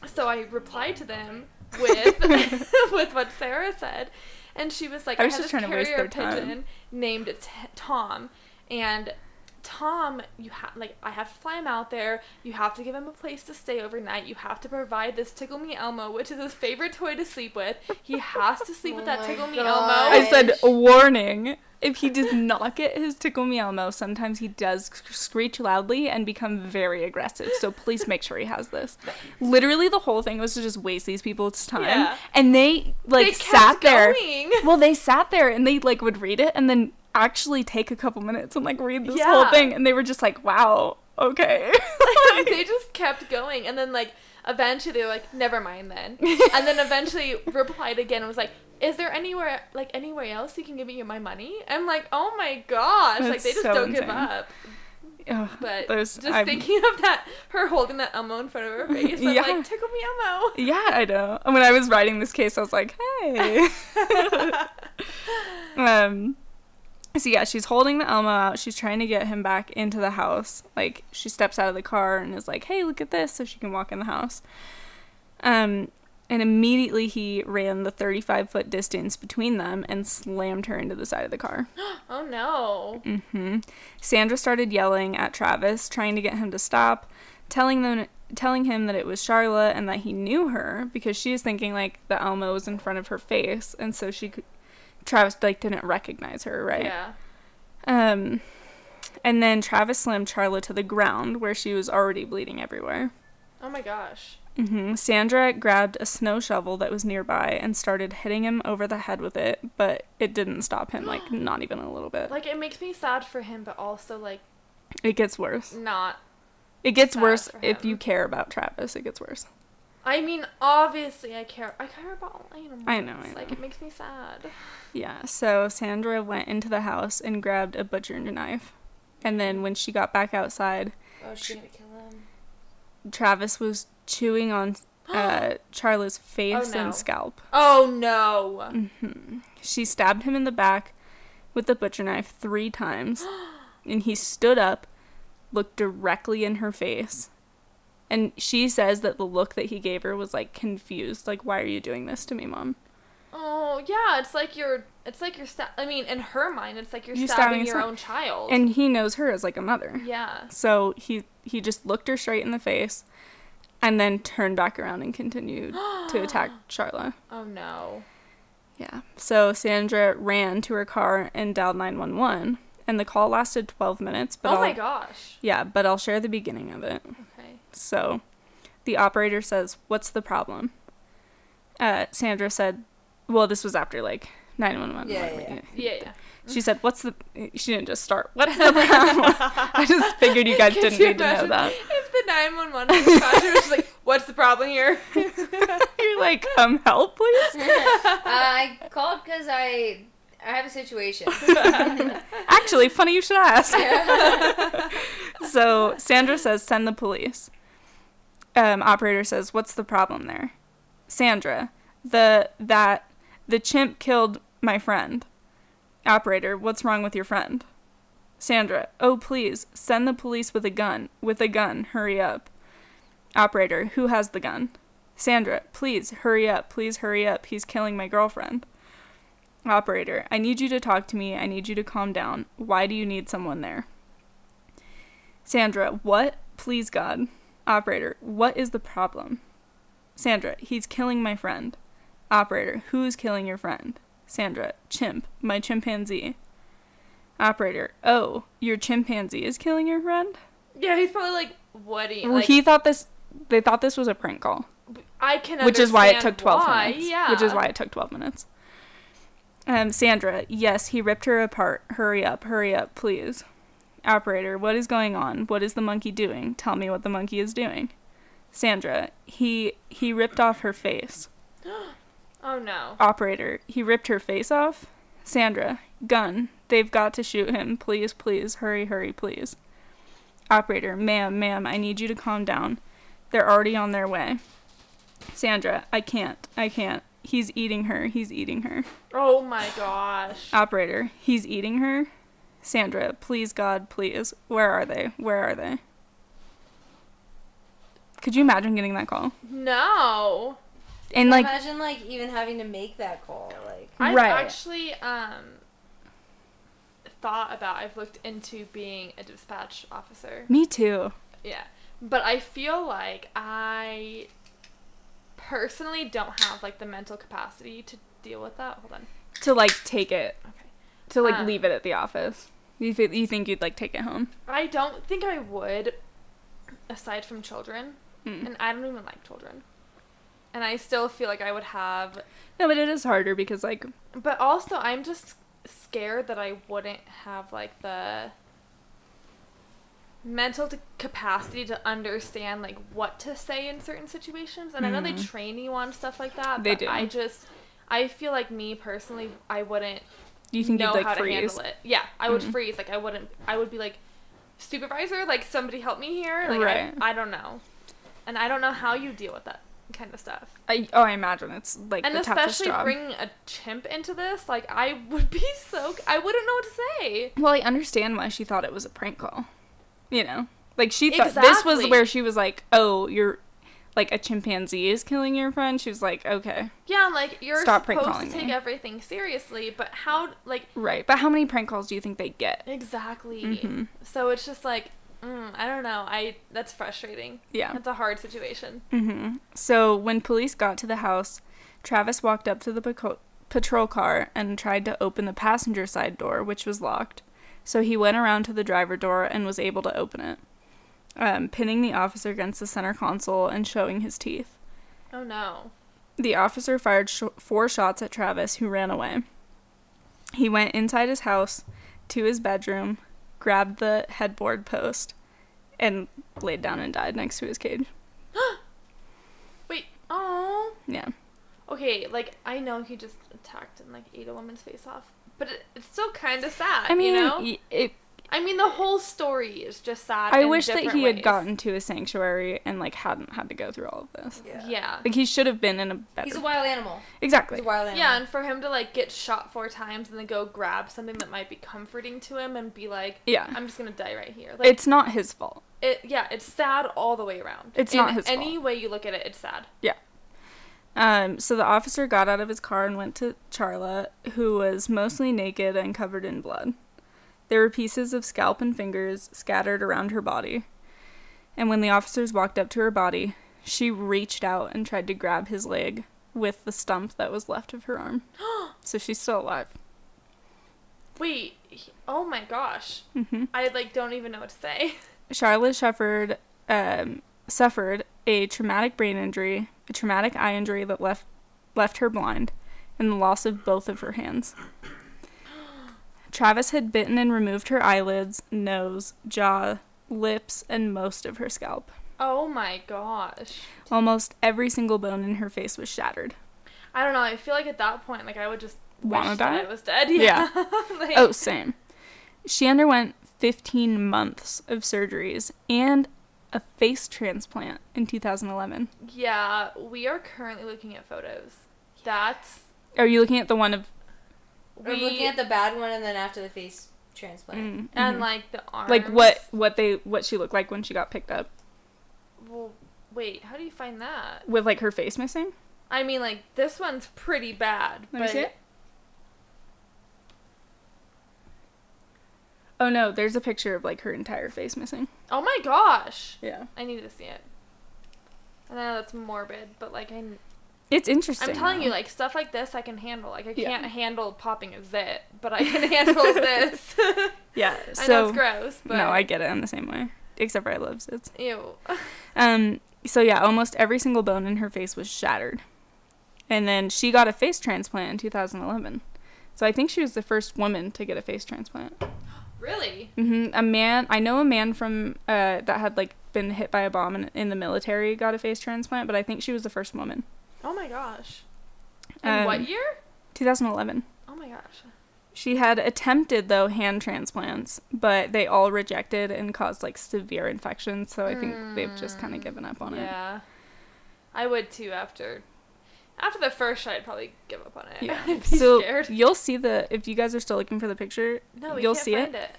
Speaker 3: so I replied to them with with what Sarah said. And she was like,
Speaker 2: I
Speaker 3: I,
Speaker 2: was
Speaker 3: had
Speaker 2: just
Speaker 3: this
Speaker 2: trying to waste their
Speaker 3: carrier
Speaker 2: time.
Speaker 3: pigeon named T- Tom and Tom, you have like I have to fly him out there. You have to give him a place to stay overnight. You have to provide this Tickle Me Elmo, which is his favorite toy to sleep with. He has to sleep with
Speaker 1: Oh
Speaker 3: that
Speaker 1: my
Speaker 3: Tickle Me
Speaker 1: gosh.
Speaker 3: Elmo.
Speaker 2: I said,
Speaker 1: Ouch.
Speaker 2: warning. If he does not get his tickle me elmo, sometimes he does sc- screech loudly and become very aggressive. So please make sure he has this. Literally, the whole thing was to just waste these people's time,
Speaker 3: Yeah.
Speaker 2: and they like
Speaker 3: They kept
Speaker 2: sat there.
Speaker 3: going.
Speaker 2: Well, they sat there and they like would read it and then actually take a couple minutes and like read this
Speaker 3: Yeah.
Speaker 2: whole thing, and they were just like, "Wow, okay."
Speaker 3: Like, they just kept going and then like eventually they were like never mind then and then eventually replied again and was like is there anywhere like anywhere else you can give me my money i'm like oh my gosh like
Speaker 2: That's
Speaker 3: they just
Speaker 2: so
Speaker 3: don't give
Speaker 2: insane.
Speaker 3: up
Speaker 2: Ugh,
Speaker 3: but
Speaker 2: those-
Speaker 3: just
Speaker 2: I'm-
Speaker 3: thinking of that her holding that elmo in front of her face i'm
Speaker 2: Yeah.
Speaker 3: like tickle me elmo
Speaker 2: Yeah, I know. And when I was writing this case, I was like, hey. um, so yeah, she's holding the Elmo out. She's trying to get him back into the house. Like she steps out of the car and is like, hey, look at this, so she can walk in the house. Um, and immediately he ran the 35 foot distance between them and slammed her into the side of the car.
Speaker 3: oh no
Speaker 2: hmm Sandra started yelling at Travis, trying to get him to stop, telling them telling him that it was Charlotte and that he knew her because she is thinking like the Elmo was in front of her face, and so she, could, Travis like didn't recognize her, right?
Speaker 3: yeah
Speaker 2: Um, and then Travis slammed Charlotte to the ground where she was already bleeding everywhere.
Speaker 3: oh my gosh
Speaker 2: hmm Sandra grabbed a snow shovel that was nearby and started hitting him over the head with it, but it didn't stop him, like not even a little bit.
Speaker 3: like it makes me sad for him but also like
Speaker 2: It gets worse.
Speaker 3: not
Speaker 2: It gets
Speaker 3: sad
Speaker 2: worse
Speaker 3: for
Speaker 2: if you
Speaker 3: him.
Speaker 2: care about Travis. It gets worse.
Speaker 3: i mean obviously i care i care about all animals
Speaker 2: I know, I
Speaker 3: like
Speaker 2: know.
Speaker 3: it makes me sad
Speaker 2: Yeah. So Sandra went into the house and grabbed a butcher knife. And then when she got back outside,
Speaker 1: Oh, she's gonna kill him.
Speaker 2: Travis was chewing on uh, Charla's face
Speaker 3: no.
Speaker 2: and scalp.
Speaker 3: Oh no.
Speaker 2: She stabbed him in the back with the butcher knife three times. and he stood up, looked directly in her face. And she says that the look that he gave her was like confused. Like, why are you doing this to me, mom?
Speaker 3: Oh yeah, it's like you're. It's like you're. Sta- I mean, in her mind, it's like you're,
Speaker 2: You're
Speaker 3: stabbing,
Speaker 2: stabbing
Speaker 3: your
Speaker 2: some-
Speaker 3: own child.
Speaker 2: And he knows her as like a mother.
Speaker 3: yeah.
Speaker 2: So he he just looked her straight in the face and then turned back around and continued to attack Charla.
Speaker 3: Oh no.
Speaker 2: Yeah. So Sandra ran to her car and dialed 911 and the call lasted 12 minutes, but
Speaker 3: oh
Speaker 2: I'll,
Speaker 3: my gosh.
Speaker 2: Yeah, but I'll share the beginning of it.
Speaker 3: Okay.
Speaker 2: So the operator says, "What's the problem?" Uh, Sandra said, "Well, this was after like 911."
Speaker 1: Yeah, yeah, yeah.
Speaker 3: Yeah. yeah.
Speaker 2: uh, She said, "What's the?" She didn't just start. What's the problem? I just figured you guys
Speaker 3: Could
Speaker 2: didn't
Speaker 3: you
Speaker 2: need to know
Speaker 3: imagine
Speaker 2: that.
Speaker 3: If the nine one one was just like, "What's the problem here?"
Speaker 2: You're like, um, help, please.
Speaker 1: Uh, I called because I I have a situation.
Speaker 2: Actually, funny you should ask. so Sandra says, send the police. Um, operator says, what's the problem there? Sandra, the that the chimp killed my friend. Operator, what's wrong with your friend? Sandra, oh please, send the police with a gun. With a gun, hurry up. Operator, who has the gun? Sandra, please, hurry up, please hurry up, he's killing my girlfriend. Operator, I need you to talk to me, I need you to calm down. Why do you need someone there? Sandra, what? Please, God. Operator, what is the problem? Sandra, he's killing my friend. Operator, who's killing your friend? Sandra, chimp, my chimpanzee. Operator, oh, your chimpanzee is killing your friend?
Speaker 3: Yeah, he's probably like, what do you
Speaker 2: Well,
Speaker 3: like?
Speaker 2: he thought this, they thought this was a prank call
Speaker 3: I can
Speaker 2: which is why it
Speaker 3: understand
Speaker 2: took 12
Speaker 3: why,
Speaker 2: minutes
Speaker 3: Yeah.
Speaker 2: which is why it took 12 minutes um sandra yes he ripped her apart hurry up hurry up please operator what is going on what is the monkey doing tell me what the monkey is doing sandra he he ripped off her face
Speaker 3: Oh no.
Speaker 2: operator he ripped her face off sandra gun they've got to shoot him please please hurry hurry please operator ma'am ma'am i need you to calm down they're already on their way sandra i can't i can't he's eating her he's eating her
Speaker 3: Oh my gosh.
Speaker 2: operator he's eating her sandra please god please where are they where are they could you imagine getting that call
Speaker 3: No.
Speaker 2: and like
Speaker 1: imagine like even having to make that call. Like
Speaker 3: I've
Speaker 2: Right.
Speaker 3: actually um thought about I've looked into being a dispatch officer.
Speaker 2: me too
Speaker 3: Yeah. But I feel like I personally don't have like the mental capacity to deal with that. Hold on.
Speaker 2: to like take it
Speaker 3: Okay.
Speaker 2: to like
Speaker 3: Um,
Speaker 2: leave it at the office. You th- you think you'd like take it home?
Speaker 3: I don't think I would aside from children.
Speaker 2: Mm.
Speaker 3: And I don't even like children. And I still feel like I would have
Speaker 2: No, but it is harder because like
Speaker 3: But also, I'm just scared that I wouldn't have like the mental t- capacity to understand like what to say in certain situations. And I know they train you on stuff like that.
Speaker 2: Mm-hmm. They
Speaker 3: but
Speaker 2: do.
Speaker 3: I just, I feel like me personally, I wouldn't
Speaker 2: you think
Speaker 3: know
Speaker 2: you'd
Speaker 3: how
Speaker 2: like freeze. Mm-hmm.
Speaker 3: to handle it. Yeah, I would freeze. Like I wouldn't. I would be like, supervisor, like somebody help me here. Like, I-
Speaker 2: Right.
Speaker 3: I, don't know, and I don't know how you deal with that kind of stuff.
Speaker 2: I, oh, I imagine it's like
Speaker 3: And
Speaker 2: the toughest
Speaker 3: especially
Speaker 2: job.
Speaker 3: bringing a chimp into this, like I would be so I wouldn't know what to say.
Speaker 2: well, I understand why she thought it was a prank call. You know, like she thought this was
Speaker 3: Exactly.
Speaker 2: where she was like, oh, you're like a chimpanzee is killing your friend. She was like, okay,
Speaker 3: Yeah, and, like you're
Speaker 2: Stop prank
Speaker 3: supposed to
Speaker 2: calling
Speaker 3: take
Speaker 2: me.
Speaker 3: everything seriously, but how like
Speaker 2: right. But how many prank calls do you think they get?
Speaker 3: exactly?
Speaker 2: Mhm.
Speaker 3: So it's just like mm, I don't know. I that's frustrating.
Speaker 2: Yeah.
Speaker 3: That's a hard situation.
Speaker 2: hmm So when police got to the house, Travis walked up to the paco- patrol car and tried to open the passenger side door, which was locked. So he went around to the driver door and was able to open it, um, pinning the officer against the center console and showing his teeth.
Speaker 3: Oh no.
Speaker 2: The officer fired sh- four shots at Travis, who ran away. He went inside his house to his bedroom, grabbed the headboard post, and laid down and died next to his cage.
Speaker 3: Wait. Oh.
Speaker 2: Yeah.
Speaker 3: Okay. Like I know he just attacked and like ate a woman's face off, but it, it's still kind of sad.
Speaker 2: I mean,
Speaker 3: you know.
Speaker 2: y- it,
Speaker 3: I mean, the whole story is just sad.
Speaker 2: I
Speaker 3: in
Speaker 2: wish that
Speaker 3: different
Speaker 2: he had
Speaker 3: ways.
Speaker 2: gotten to a sanctuary and like hadn't had to go through all of this.
Speaker 1: yeah.
Speaker 3: Yeah.
Speaker 2: Like he should have been in a better.
Speaker 1: He's a wild animal.
Speaker 2: exactly.
Speaker 1: He's a wild animal.
Speaker 3: Yeah, and for him to like get shot four times and then go grab something that might be comforting to him and be like,
Speaker 2: Yeah.
Speaker 3: I'm just gonna die right here." Like
Speaker 2: it's not his fault.
Speaker 3: it, yeah, it's sad all the way around.
Speaker 2: It's
Speaker 3: In
Speaker 2: not his
Speaker 3: Any way you look at it, it's sad.
Speaker 2: Um, so the officer got out of his car and went to Charla, who was mostly naked and covered in blood. There were pieces of scalp and fingers scattered around her body. And when the officers walked up to her body, she reached out and tried to grab his leg with the stump that was left of her arm. so she's still alive.
Speaker 3: Wait, he- oh my gosh,
Speaker 2: hmm
Speaker 3: I like don't even know what to say.
Speaker 2: Charlotte suffered um, suffered a traumatic brain injury, a traumatic eye injury that left left her blind, and the loss of both of her hands. Travis had bitten and removed her eyelids, nose, jaw, lips, and most of her scalp.
Speaker 3: Oh my gosh,
Speaker 2: Almost every single bone in her face was shattered.
Speaker 3: I don't know. I feel like at that point, like I would just
Speaker 2: Wanna
Speaker 3: wish that
Speaker 2: die?
Speaker 3: I was dead. Yeah.
Speaker 2: Yeah.
Speaker 3: like,
Speaker 2: Oh, same. She underwent 15 months of surgeries and a face transplant in 2011.
Speaker 3: Yeah, we are currently looking at photos. That's
Speaker 2: Are you looking at the one of
Speaker 1: We're
Speaker 3: we-
Speaker 1: looking at the bad one and then after the face transplant.
Speaker 2: Mm,
Speaker 3: and
Speaker 2: mhm.
Speaker 3: like the arms.
Speaker 2: like what what they what she looked like when she got picked up
Speaker 3: Well, wait, how do you find that?
Speaker 2: with like her face missing.
Speaker 3: I mean, like this one's pretty bad.
Speaker 2: Let
Speaker 3: but
Speaker 2: me see it. Oh no, there's a picture of like her entire face missing.
Speaker 3: Oh my gosh,
Speaker 2: Yeah,
Speaker 3: I need to see it. I know that's morbid, but like I,
Speaker 2: it's interesting.
Speaker 3: I'm telling
Speaker 2: though.
Speaker 3: you, like stuff like this I can handle. Like I
Speaker 2: Yeah.
Speaker 3: can't handle popping a zit, but I can handle this.
Speaker 2: yeah.
Speaker 3: I
Speaker 2: So
Speaker 3: know it's gross, but
Speaker 2: no, I get it. I'm the same way, except for I love zits.
Speaker 3: ew.
Speaker 2: Um. So yeah, almost every single bone in her face was shattered, and then she got a face transplant in 2011. So I think she was the first woman to get a face transplant.
Speaker 3: Really?
Speaker 2: hmm A man, I know a man from uh, that had like been hit by a bomb in, in the military got a face transplant, but I think she was the first woman.
Speaker 3: Oh my gosh. In what
Speaker 2: Um,
Speaker 3: year?
Speaker 2: 2011.
Speaker 3: Oh my gosh.
Speaker 2: She had attempted though hand transplants, but they all rejected and caused like severe infections. So I think they've just kind of given up on it.
Speaker 3: Mm. yeah. I would too after after the first shot I'd probably give up on it.
Speaker 2: Yeah.
Speaker 3: I'd be
Speaker 2: so
Speaker 3: scared.
Speaker 2: you'll see the if you guys are still looking for the picture,
Speaker 3: No, we
Speaker 2: you'll
Speaker 3: can't
Speaker 2: see
Speaker 3: find it.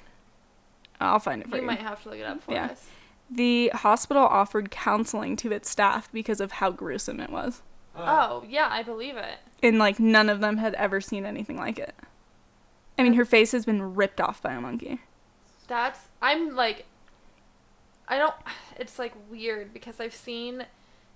Speaker 2: I'll find it for
Speaker 3: You
Speaker 2: you.
Speaker 3: might have to look it up for
Speaker 2: Yeah.
Speaker 3: us.
Speaker 2: The hospital offered counseling to its staff because of how gruesome it was,
Speaker 3: Oh, yeah, I believe it.
Speaker 2: and like none of them had ever seen anything like it. I mean, her face has been ripped off by a monkey.
Speaker 3: That's I'm like I don't it's like weird because I've seen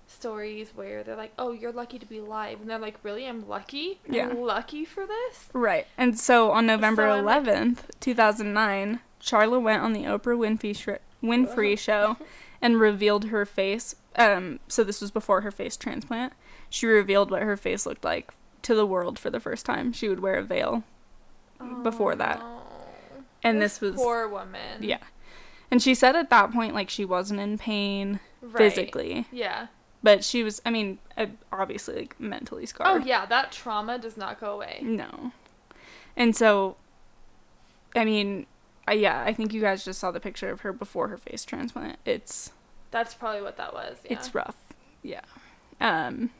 Speaker 3: stories where they're like, "Oh, you're lucky to be alive." And they're like, "Really? I'm lucky?" I'm
Speaker 2: Yeah.
Speaker 3: lucky for this?"
Speaker 2: Right. And so on November
Speaker 3: So I'm like-
Speaker 2: 11th, 2009, Charla went on the Oprah Winfrey, sh- Winfrey show and revealed her face. Um, so this was before her face transplant. She revealed what her face looked like to the world for the first time. She would wear a veil. Before that.
Speaker 3: Oh, no.
Speaker 2: And this was
Speaker 3: poor woman.
Speaker 2: yeah. And she said at that point like she wasn't in pain
Speaker 3: Right.
Speaker 2: physically,
Speaker 3: Yeah.
Speaker 2: but she was I mean, uh, obviously like mentally scarred.
Speaker 3: Oh yeah, that trauma does not go away.
Speaker 2: No. And so, I mean, I, yeah, I think you guys just saw the picture of her before her face transplant. It's
Speaker 3: That's probably what that was. Yeah.
Speaker 2: it's rough. Yeah. Um.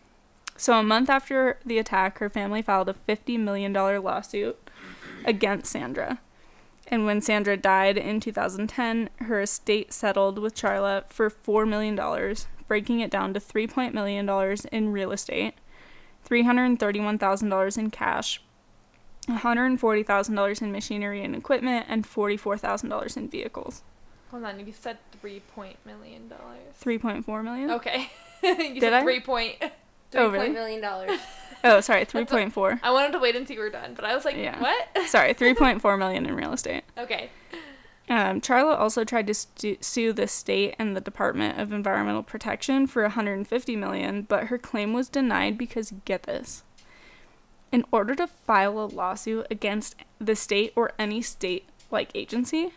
Speaker 2: So a month after the attack, her family filed a fifty million dollar lawsuit against Sandra. And when Sandra died in 2010, her estate settled with Charla for $4 million, breaking it down to $3 million in real estate, $331,000 in cash, $140,000 in machinery and equipment, and $44,000 in vehicles.
Speaker 3: Hold on, you said three point million dollars.
Speaker 2: $3.4 million?
Speaker 3: Okay. you
Speaker 2: Did
Speaker 3: said
Speaker 2: I?
Speaker 3: three point.
Speaker 2: Oh, really?
Speaker 1: $3 million dollars.
Speaker 2: Oh, sorry, 3.4.
Speaker 3: I wanted to wait until you were done, but I was like,
Speaker 2: Yeah.
Speaker 3: what?
Speaker 2: Sorry, 3.4 million in real estate.
Speaker 3: okay.
Speaker 2: Um, Charlotte also tried to stu- sue the state and the Department of Environmental Protection for 150 million, but her claim was denied because get this. In order to file a lawsuit against the state or any state like agency,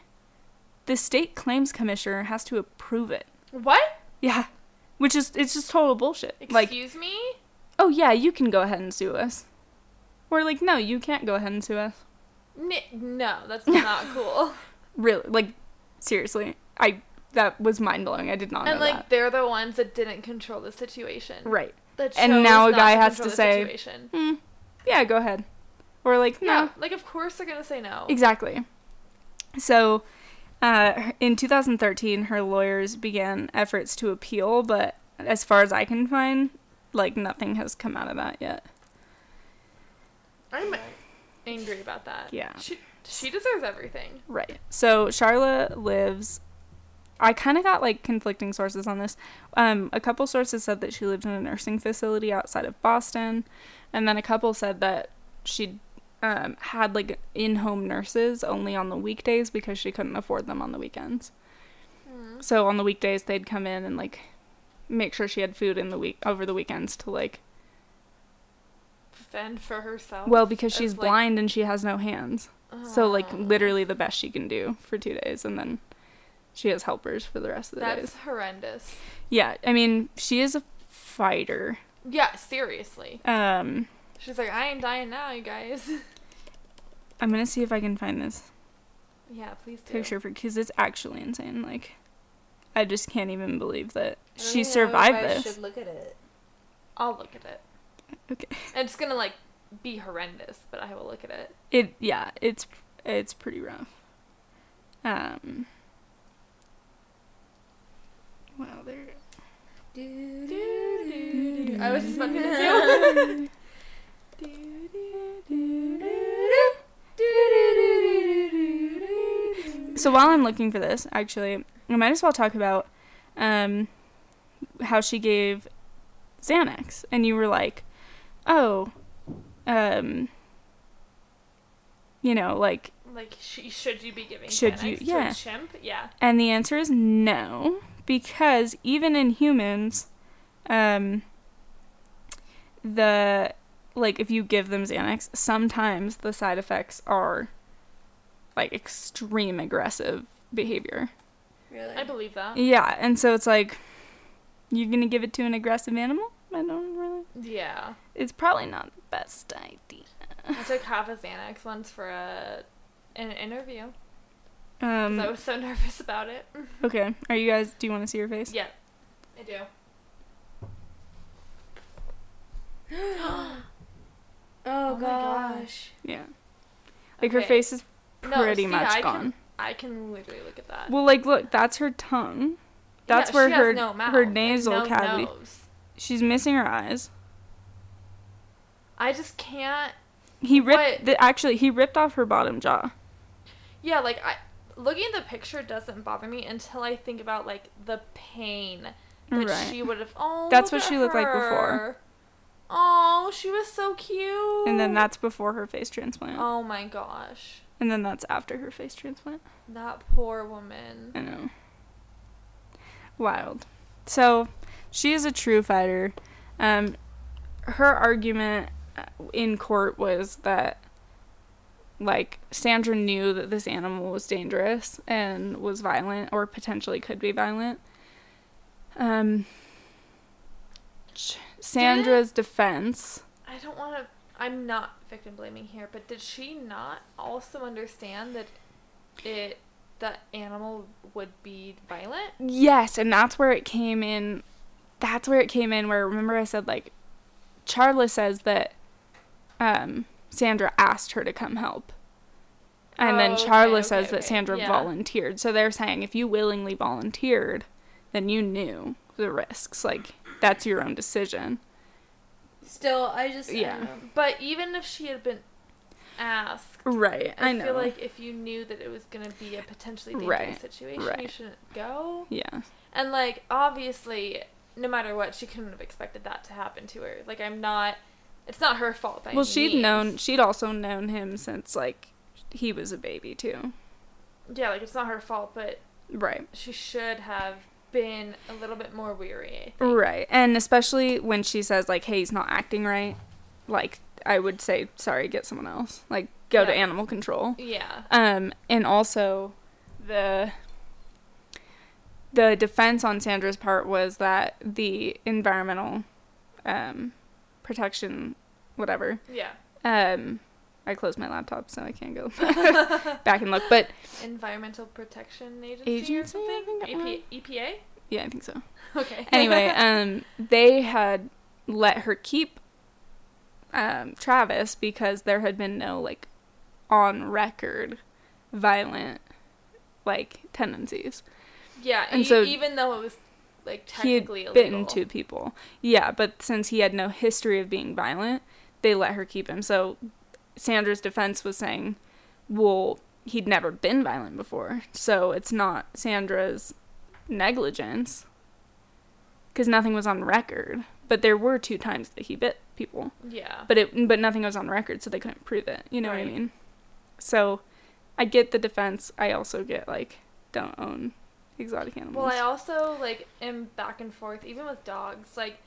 Speaker 2: the state claims commissioner has to approve it.
Speaker 3: What?
Speaker 2: Yeah. Which is it's just total bullshit. like,
Speaker 3: Excuse me?
Speaker 2: oh yeah, you can go ahead and sue us. Or like, no, you can't go ahead and sue us.
Speaker 3: N- no, that's not cool.
Speaker 2: Really? Like seriously. I that was mind blowing. I did not
Speaker 3: and
Speaker 2: know
Speaker 3: like
Speaker 2: that.
Speaker 3: they're the ones that didn't control the situation.
Speaker 2: Right.
Speaker 3: That
Speaker 2: And
Speaker 3: chose
Speaker 2: now a
Speaker 3: not
Speaker 2: guy has
Speaker 3: control
Speaker 2: to
Speaker 3: the
Speaker 2: say,
Speaker 3: situation.
Speaker 2: Mm, yeah, go ahead. Or like, no.
Speaker 3: hmm. Yeah, like of course they're gonna say no.
Speaker 2: Exactly. So, uh, in 2013, her lawyers began efforts to appeal, but as far as I can find, like nothing has come out of that yet.
Speaker 3: I'm angry about that.
Speaker 2: Yeah.
Speaker 3: She she deserves everything.
Speaker 2: Right. So Charla lives. I kind of got like conflicting sources on this. Um, a couple sources said that she lived in a nursing facility outside of Boston, and then a couple said that she um, had like in-home nurses only on the weekdays because she couldn't afford them on the weekends. So on the weekdays they'd come in and like make sure she had food in the week over the weekends to like
Speaker 3: Fend for herself.
Speaker 2: well because
Speaker 3: as,
Speaker 2: she's
Speaker 3: like-
Speaker 2: blind and she has no hands. So like
Speaker 1: Ah.
Speaker 3: Oh.
Speaker 2: literally the best she can do for two days, and then she has helpers for the rest of the
Speaker 3: That's
Speaker 2: days.
Speaker 3: horrendous.
Speaker 2: Yeah, I mean she is a fighter.
Speaker 3: Yeah, seriously.
Speaker 2: Um,
Speaker 3: She's like, I ain't dying now, you guys.
Speaker 2: I'm gonna see if I can find this
Speaker 3: yeah, please do.
Speaker 2: picture for because it's actually insane. Like, I just can't even believe that
Speaker 1: I don't even
Speaker 2: she
Speaker 1: know if
Speaker 2: survived
Speaker 1: I
Speaker 2: this.
Speaker 1: should look at it.
Speaker 3: I'll look at it.
Speaker 2: Okay.
Speaker 3: And it's gonna like be horrendous, but I will look at it.
Speaker 2: It yeah, it's it's pretty rough. Um. Wow, there.
Speaker 3: I was just about to do it too.
Speaker 2: So while I'm looking for this, actually, I might as well talk about um, how she gave Xanax, and you were like, "Oh, um, you know, like
Speaker 3: like, sh- should you be giving
Speaker 2: Should
Speaker 3: Xanax
Speaker 2: you-
Speaker 3: to
Speaker 2: yeah.
Speaker 3: a chimp? Yeah.
Speaker 2: And the answer is no, because even in humans, um, the like if you give them Xanax, sometimes the side effects are like extreme aggressive behavior.
Speaker 1: Really?
Speaker 3: I believe that.
Speaker 2: Yeah, and so it's like you're gonna give it to an aggressive animal. I don't really.
Speaker 3: Yeah.
Speaker 2: It's probably not the best idea.
Speaker 3: I took half a Xanax once for a an interview because I
Speaker 2: Um,
Speaker 3: was so nervous about it.
Speaker 2: okay, are you guys? Do you want to see your face?
Speaker 3: Yeah, I do.
Speaker 1: oh,
Speaker 3: my
Speaker 1: gosh.
Speaker 2: Yeah. Like her
Speaker 3: Okay.
Speaker 2: face is
Speaker 3: No,
Speaker 2: pretty
Speaker 3: see,
Speaker 2: much
Speaker 3: I can- uh,
Speaker 2: gone.
Speaker 3: I can literally look at that.
Speaker 2: Well, like, look, that's her tongue. That's
Speaker 3: Yeah,
Speaker 2: where
Speaker 3: she has
Speaker 2: her
Speaker 3: no mouth
Speaker 2: her
Speaker 3: and
Speaker 2: nasal
Speaker 3: no
Speaker 2: cavity.
Speaker 3: nose.
Speaker 2: She's missing her eyes.
Speaker 3: I just can't.
Speaker 2: He ripped
Speaker 3: What?
Speaker 2: the, actually he ripped off her bottom jaw.
Speaker 3: Yeah, like I looking at the picture doesn't bother me until I think about like the pain that
Speaker 2: Right.
Speaker 3: she would have. Oh,
Speaker 2: That's
Speaker 3: look
Speaker 2: what
Speaker 3: at
Speaker 2: she looked like before.
Speaker 3: her. Oh, she was so cute.
Speaker 2: And then that's before her face transplant.
Speaker 3: Oh my gosh,
Speaker 2: And then that's after her face transplant.
Speaker 3: that poor woman.
Speaker 2: I know. Wild. So, she is a true fighter. Um, her argument uh, in court was that, like, Sandra knew that this animal was dangerous and was violent or potentially could be violent. Um, sh- Sandra's defense.
Speaker 3: I don't want to. I'm not victim blaming here, but did she not also understand that it the animal would be violent?
Speaker 2: Yes, and that's where it came in. That's where it came in. Where remember I said like, Charla says that, um, Sandra asked her to come help, and then
Speaker 3: Oh, okay,
Speaker 2: Charla
Speaker 3: okay,
Speaker 2: says that
Speaker 3: okay,
Speaker 2: Sandra
Speaker 3: yeah.
Speaker 2: volunteered. So they're saying if you willingly volunteered, then you knew the risks. Like that's your own decision.
Speaker 1: Still, I just.
Speaker 2: Yeah.
Speaker 1: Yeah. I don't know.
Speaker 3: But even if she had been asked,
Speaker 2: Right.
Speaker 3: I, feel like if you knew that it was gonna be a potentially dangerous
Speaker 2: Right,
Speaker 3: situation, you
Speaker 2: right.
Speaker 3: shouldn't go.
Speaker 2: yeah.
Speaker 3: And like obviously, no matter what, she couldn't have expected that to happen to her. Like I'm not. It's not her fault. By
Speaker 2: Well,
Speaker 3: any
Speaker 2: she'd
Speaker 3: means.
Speaker 2: known. She'd also known him since like he was a baby too.
Speaker 3: Yeah, like it's not her fault, but
Speaker 2: Right.
Speaker 3: she should have been a little bit more weary. I think.
Speaker 2: Right. And especially when she says, like, hey, he's not acting right, like, I would say, sorry, get someone else. Like, go to
Speaker 3: Yeah.
Speaker 2: animal control.
Speaker 3: Yeah.
Speaker 2: Um, and also, the. The defense on Sandra's part was that the environmental um, protection, whatever,
Speaker 3: Yeah.
Speaker 2: um, I closed my laptop so I can't go back and look. But
Speaker 3: Environmental Protection Agency, or
Speaker 2: Agency, I
Speaker 3: something? E
Speaker 2: think it was.
Speaker 3: EP- EPA?
Speaker 2: yeah, I think so.
Speaker 3: Okay.
Speaker 2: anyway, um, they had let her keep um, Travis because there had been no like on record violent like tendencies.
Speaker 3: yeah,
Speaker 2: and
Speaker 3: and
Speaker 2: so
Speaker 3: even though it was like
Speaker 2: He had
Speaker 3: technically
Speaker 2: bitten
Speaker 3: illegal.
Speaker 2: two people. Yeah, but since he had no history of being violent, they let her keep him. So Sandra's defense was saying, well, he'd never been violent before, so it's not Sandra's negligence because nothing was on record. But there were two times that he bit people,
Speaker 3: Yeah.
Speaker 2: but it but nothing was on record, so they couldn't prove it. You know what I
Speaker 3: Right.
Speaker 2: mean? So I get the defense. I also get like don't own exotic animals.
Speaker 3: Well, I also like am back and forth even with dogs. Like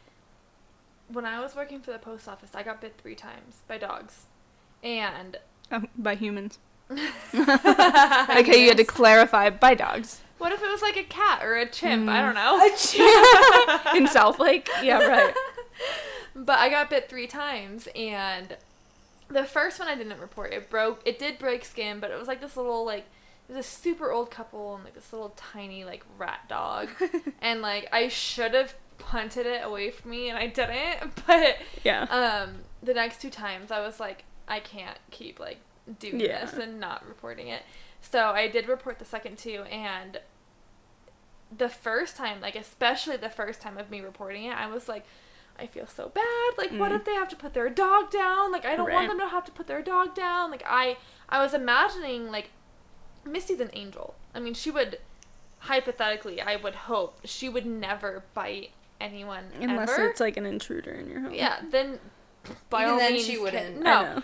Speaker 3: when I was working for the post office, I got bit 3 times by dogs. And
Speaker 2: Um, by humans. Okay, you had to clarify by dogs
Speaker 3: What if it was like a cat or a chimp? I don't know.
Speaker 2: Mm. in South Lake. Yeah, right.
Speaker 3: But I got bit three times, and the first one I didn't report. It broke. It did break skin, but it was like this little like it was a super old couple and like this little tiny like rat dog, and like I should have punted it away from me and I didn't. But
Speaker 2: Yeah.
Speaker 3: um the next two times I was like, I can't keep like doing
Speaker 2: Yeah.
Speaker 3: this and not reporting it. So I did report the second two and the first time, like especially the first time of me reporting it, I was like I feel so bad. Like what
Speaker 2: Mm.
Speaker 3: if they have to put their dog down? Like I don't
Speaker 2: Right.
Speaker 3: want them to have to put their dog down. Like I I was imagining like Misty's an angel. I mean, she would hypothetically, I would hope she would never bite anyone
Speaker 2: Unless
Speaker 3: ever.
Speaker 2: it's like an intruder in your home.
Speaker 3: yeah, then by
Speaker 1: Even
Speaker 3: all
Speaker 1: then,
Speaker 3: means,
Speaker 1: she
Speaker 3: kid-
Speaker 1: wouldn't.
Speaker 2: I
Speaker 3: No,
Speaker 2: know.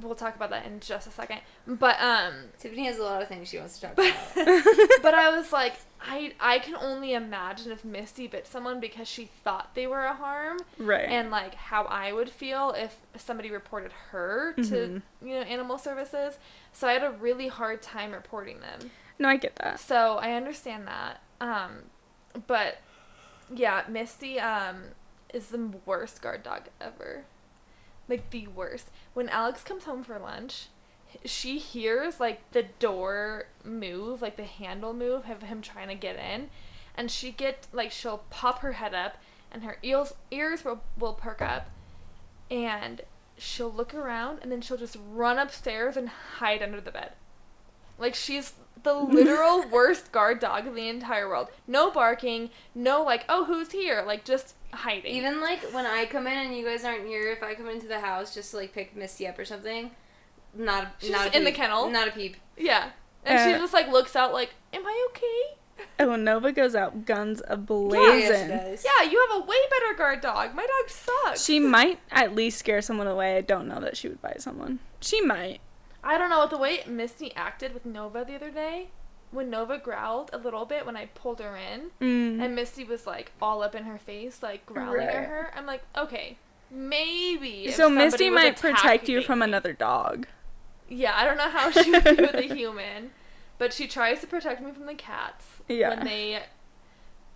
Speaker 3: we'll talk about that in just a second. But um,
Speaker 1: Tiffany has a lot of things she wants to talk about.
Speaker 3: but I was like, I I can only imagine if Misty bit someone because she thought they were a harm,
Speaker 2: Right.
Speaker 3: and like how I would feel if somebody reported her to
Speaker 2: Mhm.
Speaker 3: you know animal services. So I had a really hard time reporting them.
Speaker 2: no, I get that.
Speaker 3: So I understand that. Um, but yeah, Misty um is the worst guard dog ever. Like the worst. When Alex comes home for lunch, h- she hears like the door move, like the handle move of him trying to get in, and she get like she'll pop her head up, and her ears ears will will perk up, and she'll look around, and then she'll just run upstairs and hide under the bed. Like she's the literal worst guard dog in the entire world. No barking, no like, oh who's here? Like just hiding.
Speaker 1: Even like when I come in and you guys aren't here, if I come into the house just to like pick Misty up or something, not
Speaker 3: She's
Speaker 1: not a
Speaker 3: just in the
Speaker 1: peep.
Speaker 3: kennel.
Speaker 1: not a peep.
Speaker 3: yeah. And
Speaker 2: Uh,
Speaker 3: she just like looks out like, Am I okay?
Speaker 2: And when Oh, Nova goes out, guns
Speaker 1: Yeah,
Speaker 2: ablazing.
Speaker 1: she does.
Speaker 3: Yeah, you have a way better guard dog. My dog sucks.
Speaker 2: She might at least scare someone away. I don't know that she would bite someone. She might.
Speaker 3: I don't know what the way Misty acted with Nova the other day. When Nova growled a little bit when I pulled her in,
Speaker 2: Mm.
Speaker 3: and Misty was like all up in her face, like growling
Speaker 2: Right.
Speaker 3: at her. I'm like, okay, maybe. if
Speaker 2: so
Speaker 3: somebody
Speaker 2: Misty
Speaker 3: was
Speaker 2: might protect you
Speaker 3: attacking
Speaker 2: from
Speaker 3: me."
Speaker 2: another dog.
Speaker 3: Yeah, I don't know how she would do with a human, but she tries to protect me from the cats
Speaker 2: Yeah.
Speaker 3: when they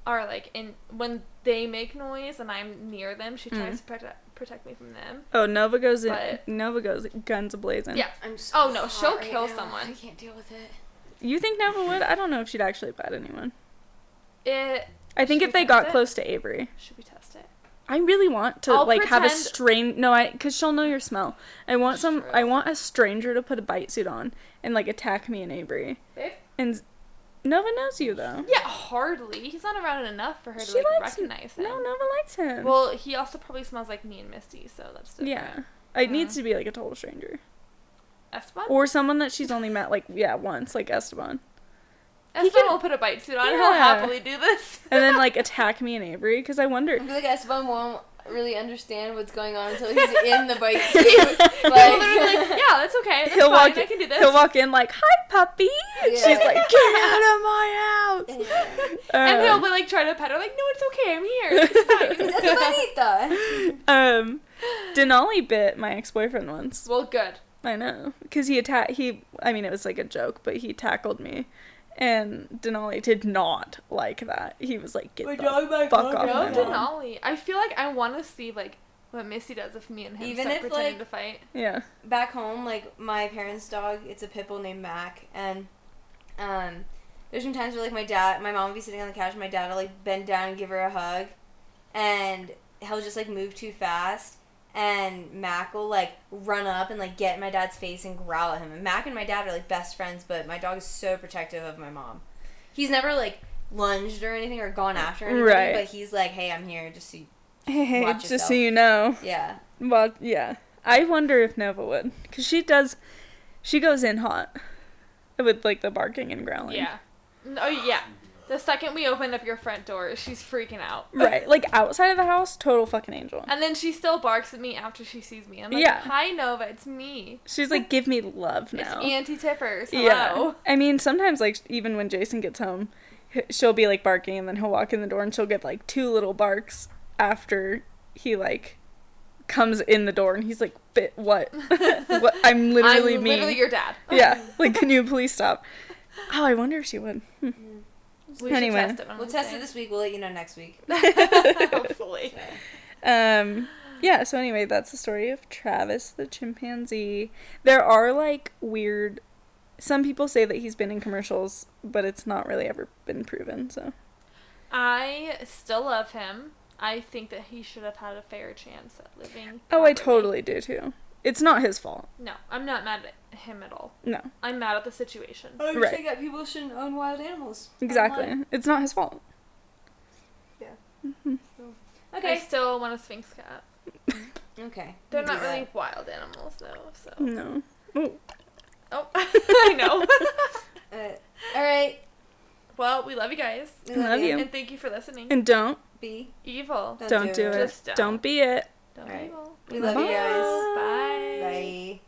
Speaker 3: are like in when they make noise and I'm near them. She
Speaker 2: Mm-hmm.
Speaker 3: tries to protect protect me from them.
Speaker 2: Oh, Nova goes in.
Speaker 3: But-
Speaker 2: Nova goes guns ablazing.
Speaker 3: Yeah.
Speaker 1: I'm so
Speaker 3: Oh, no,
Speaker 1: hot
Speaker 3: she'll
Speaker 1: right
Speaker 3: kill
Speaker 1: now.
Speaker 3: someone.
Speaker 1: I can't deal with it.
Speaker 2: You think Nova would? I don't know if she'd actually bite anyone.
Speaker 3: It
Speaker 2: I think
Speaker 3: Should
Speaker 2: if
Speaker 3: we
Speaker 2: they got
Speaker 3: test it?
Speaker 2: close to Avery,
Speaker 3: should we test it?
Speaker 2: I really want to
Speaker 3: I'll
Speaker 2: like have a
Speaker 3: pretend-
Speaker 2: strange. No, I because she'll know your smell. I want some.
Speaker 3: True.
Speaker 2: I want a stranger to put a bite suit on and like attack me and Avery.
Speaker 3: Babe?
Speaker 2: And Nova knows you though.
Speaker 3: Yeah, hardly. He's not around enough for her to
Speaker 2: She
Speaker 3: like
Speaker 2: likes him.
Speaker 3: recognize him.
Speaker 2: No, Nova likes him.
Speaker 3: Well, he also probably smells like me and Misty, so that's different.
Speaker 2: yeah, it needs to be like a total stranger.
Speaker 3: Esteban.
Speaker 2: or someone that she's only met like yeah once like esteban
Speaker 3: Esteban will put a bite suit on. He'll
Speaker 2: Yeah.
Speaker 3: happily do this.
Speaker 2: and then like attack me and avery because i wonder
Speaker 1: I feel like Esteban won't really understand what's going on until he's in the bike suit. Like,
Speaker 3: Literally, like, yeah, that's okay. That's
Speaker 2: he'll
Speaker 3: fine.
Speaker 2: walk
Speaker 3: I can do this.
Speaker 2: he'll walk in like hi puppy
Speaker 1: Yeah.
Speaker 2: she's like get out of my house
Speaker 3: and he'll
Speaker 2: um,
Speaker 3: be like trying to pet her, like, no, it's okay, I'm here. It's
Speaker 1: That's Bonita.
Speaker 3: fine.
Speaker 2: um denali bit my ex-boyfriend once
Speaker 3: well, good.
Speaker 2: i know because he attacked he i mean it was like a joke but he tackled me and denali did not like that he was like get
Speaker 1: My
Speaker 2: the
Speaker 1: dog might
Speaker 2: fuck
Speaker 1: fuck
Speaker 2: off
Speaker 1: up.
Speaker 2: Oh my
Speaker 3: No,
Speaker 1: Come
Speaker 2: lawn."
Speaker 3: Denali. I feel like I want to see like what Missy does if me and him
Speaker 1: Even
Speaker 3: start
Speaker 1: if,
Speaker 3: pretending
Speaker 1: like-
Speaker 3: to fight.
Speaker 2: yeah
Speaker 1: back home, like my parents' dog, it's a pit bull named Mac, and um, there's been times where like my dad, my mom would be sitting on the couch, and my dad will like bend down and give her a hug, and he'll just like move too fast, and Mac will like run up and like get in my dad's face and growl at him. And Mac and my dad are like best friends, but my dog is so protective of my mom. He's never like lunged or anything or gone after anything,
Speaker 2: Right.
Speaker 1: but he's like, hey, I'm here, just so you,
Speaker 2: hey, hey
Speaker 1: Watch
Speaker 2: just
Speaker 1: yourself.
Speaker 2: so you know
Speaker 1: yeah.
Speaker 2: Well, yeah. I wonder if Nova would, because she does. She goes in hot with like the barking and growling.
Speaker 3: Yeah. Oh yeah. The second we open up your front door, she's freaking out.
Speaker 2: Right. Like outside of the house, total fucking angel.
Speaker 3: And then she still barks at me after she sees me. I'm like,
Speaker 2: Yeah.
Speaker 3: "Hi Nova, it's me.
Speaker 2: She's like, give me love now.
Speaker 3: It's Auntie Tippers. Hello."
Speaker 2: yeah. I mean, sometimes like even when Jason gets home, h- she'll be like barking, and then he'll walk in the door, and she'll give like two little barks after he like comes in the door, and he's like, "Bit what? what? I'm literally
Speaker 3: I'm
Speaker 2: me.
Speaker 3: literally your dad.
Speaker 2: yeah. Like, can you please stop? Oh, I wonder if she would.
Speaker 3: We should
Speaker 2: Anyway.
Speaker 3: test it. on
Speaker 1: We'll
Speaker 3: Wednesday.
Speaker 1: test it this week. We'll let you know next week.
Speaker 3: Hopefully.
Speaker 2: um yeah so anyway that's the story of travis the chimpanzee there are like weird some people say that he's been in commercials but it's not really ever been proven so
Speaker 3: I still love him. I think that he should have had a fair chance at living.
Speaker 2: Oh, I
Speaker 3: properly.
Speaker 2: totally do too. It's not his fault.
Speaker 3: No, I'm not mad at him at all.
Speaker 2: No,
Speaker 3: I'm mad at the situation.
Speaker 1: I just
Speaker 2: Right.
Speaker 1: think that people shouldn't own wild animals. Online.
Speaker 2: exactly. It's not his fault.
Speaker 3: Okay. I
Speaker 1: Okay.
Speaker 3: still want a sphinx cat.
Speaker 1: Okay.
Speaker 3: They're
Speaker 1: we'll do
Speaker 3: not
Speaker 1: that.
Speaker 3: really wild animals though, so.
Speaker 2: No.
Speaker 3: Oh, I know.
Speaker 1: Uh, all right.
Speaker 3: well, we love you guys,
Speaker 1: We
Speaker 2: Love you.
Speaker 3: and thank you for listening.
Speaker 2: And don't
Speaker 1: Be.
Speaker 3: evil.
Speaker 1: Don't
Speaker 2: don't
Speaker 1: do
Speaker 2: do
Speaker 1: it.
Speaker 2: it.
Speaker 3: Just don't.
Speaker 2: Don't be it.
Speaker 3: Don't
Speaker 1: All
Speaker 3: be
Speaker 1: right.
Speaker 3: evil.
Speaker 1: We love you guys.
Speaker 3: Bye.
Speaker 1: Bye.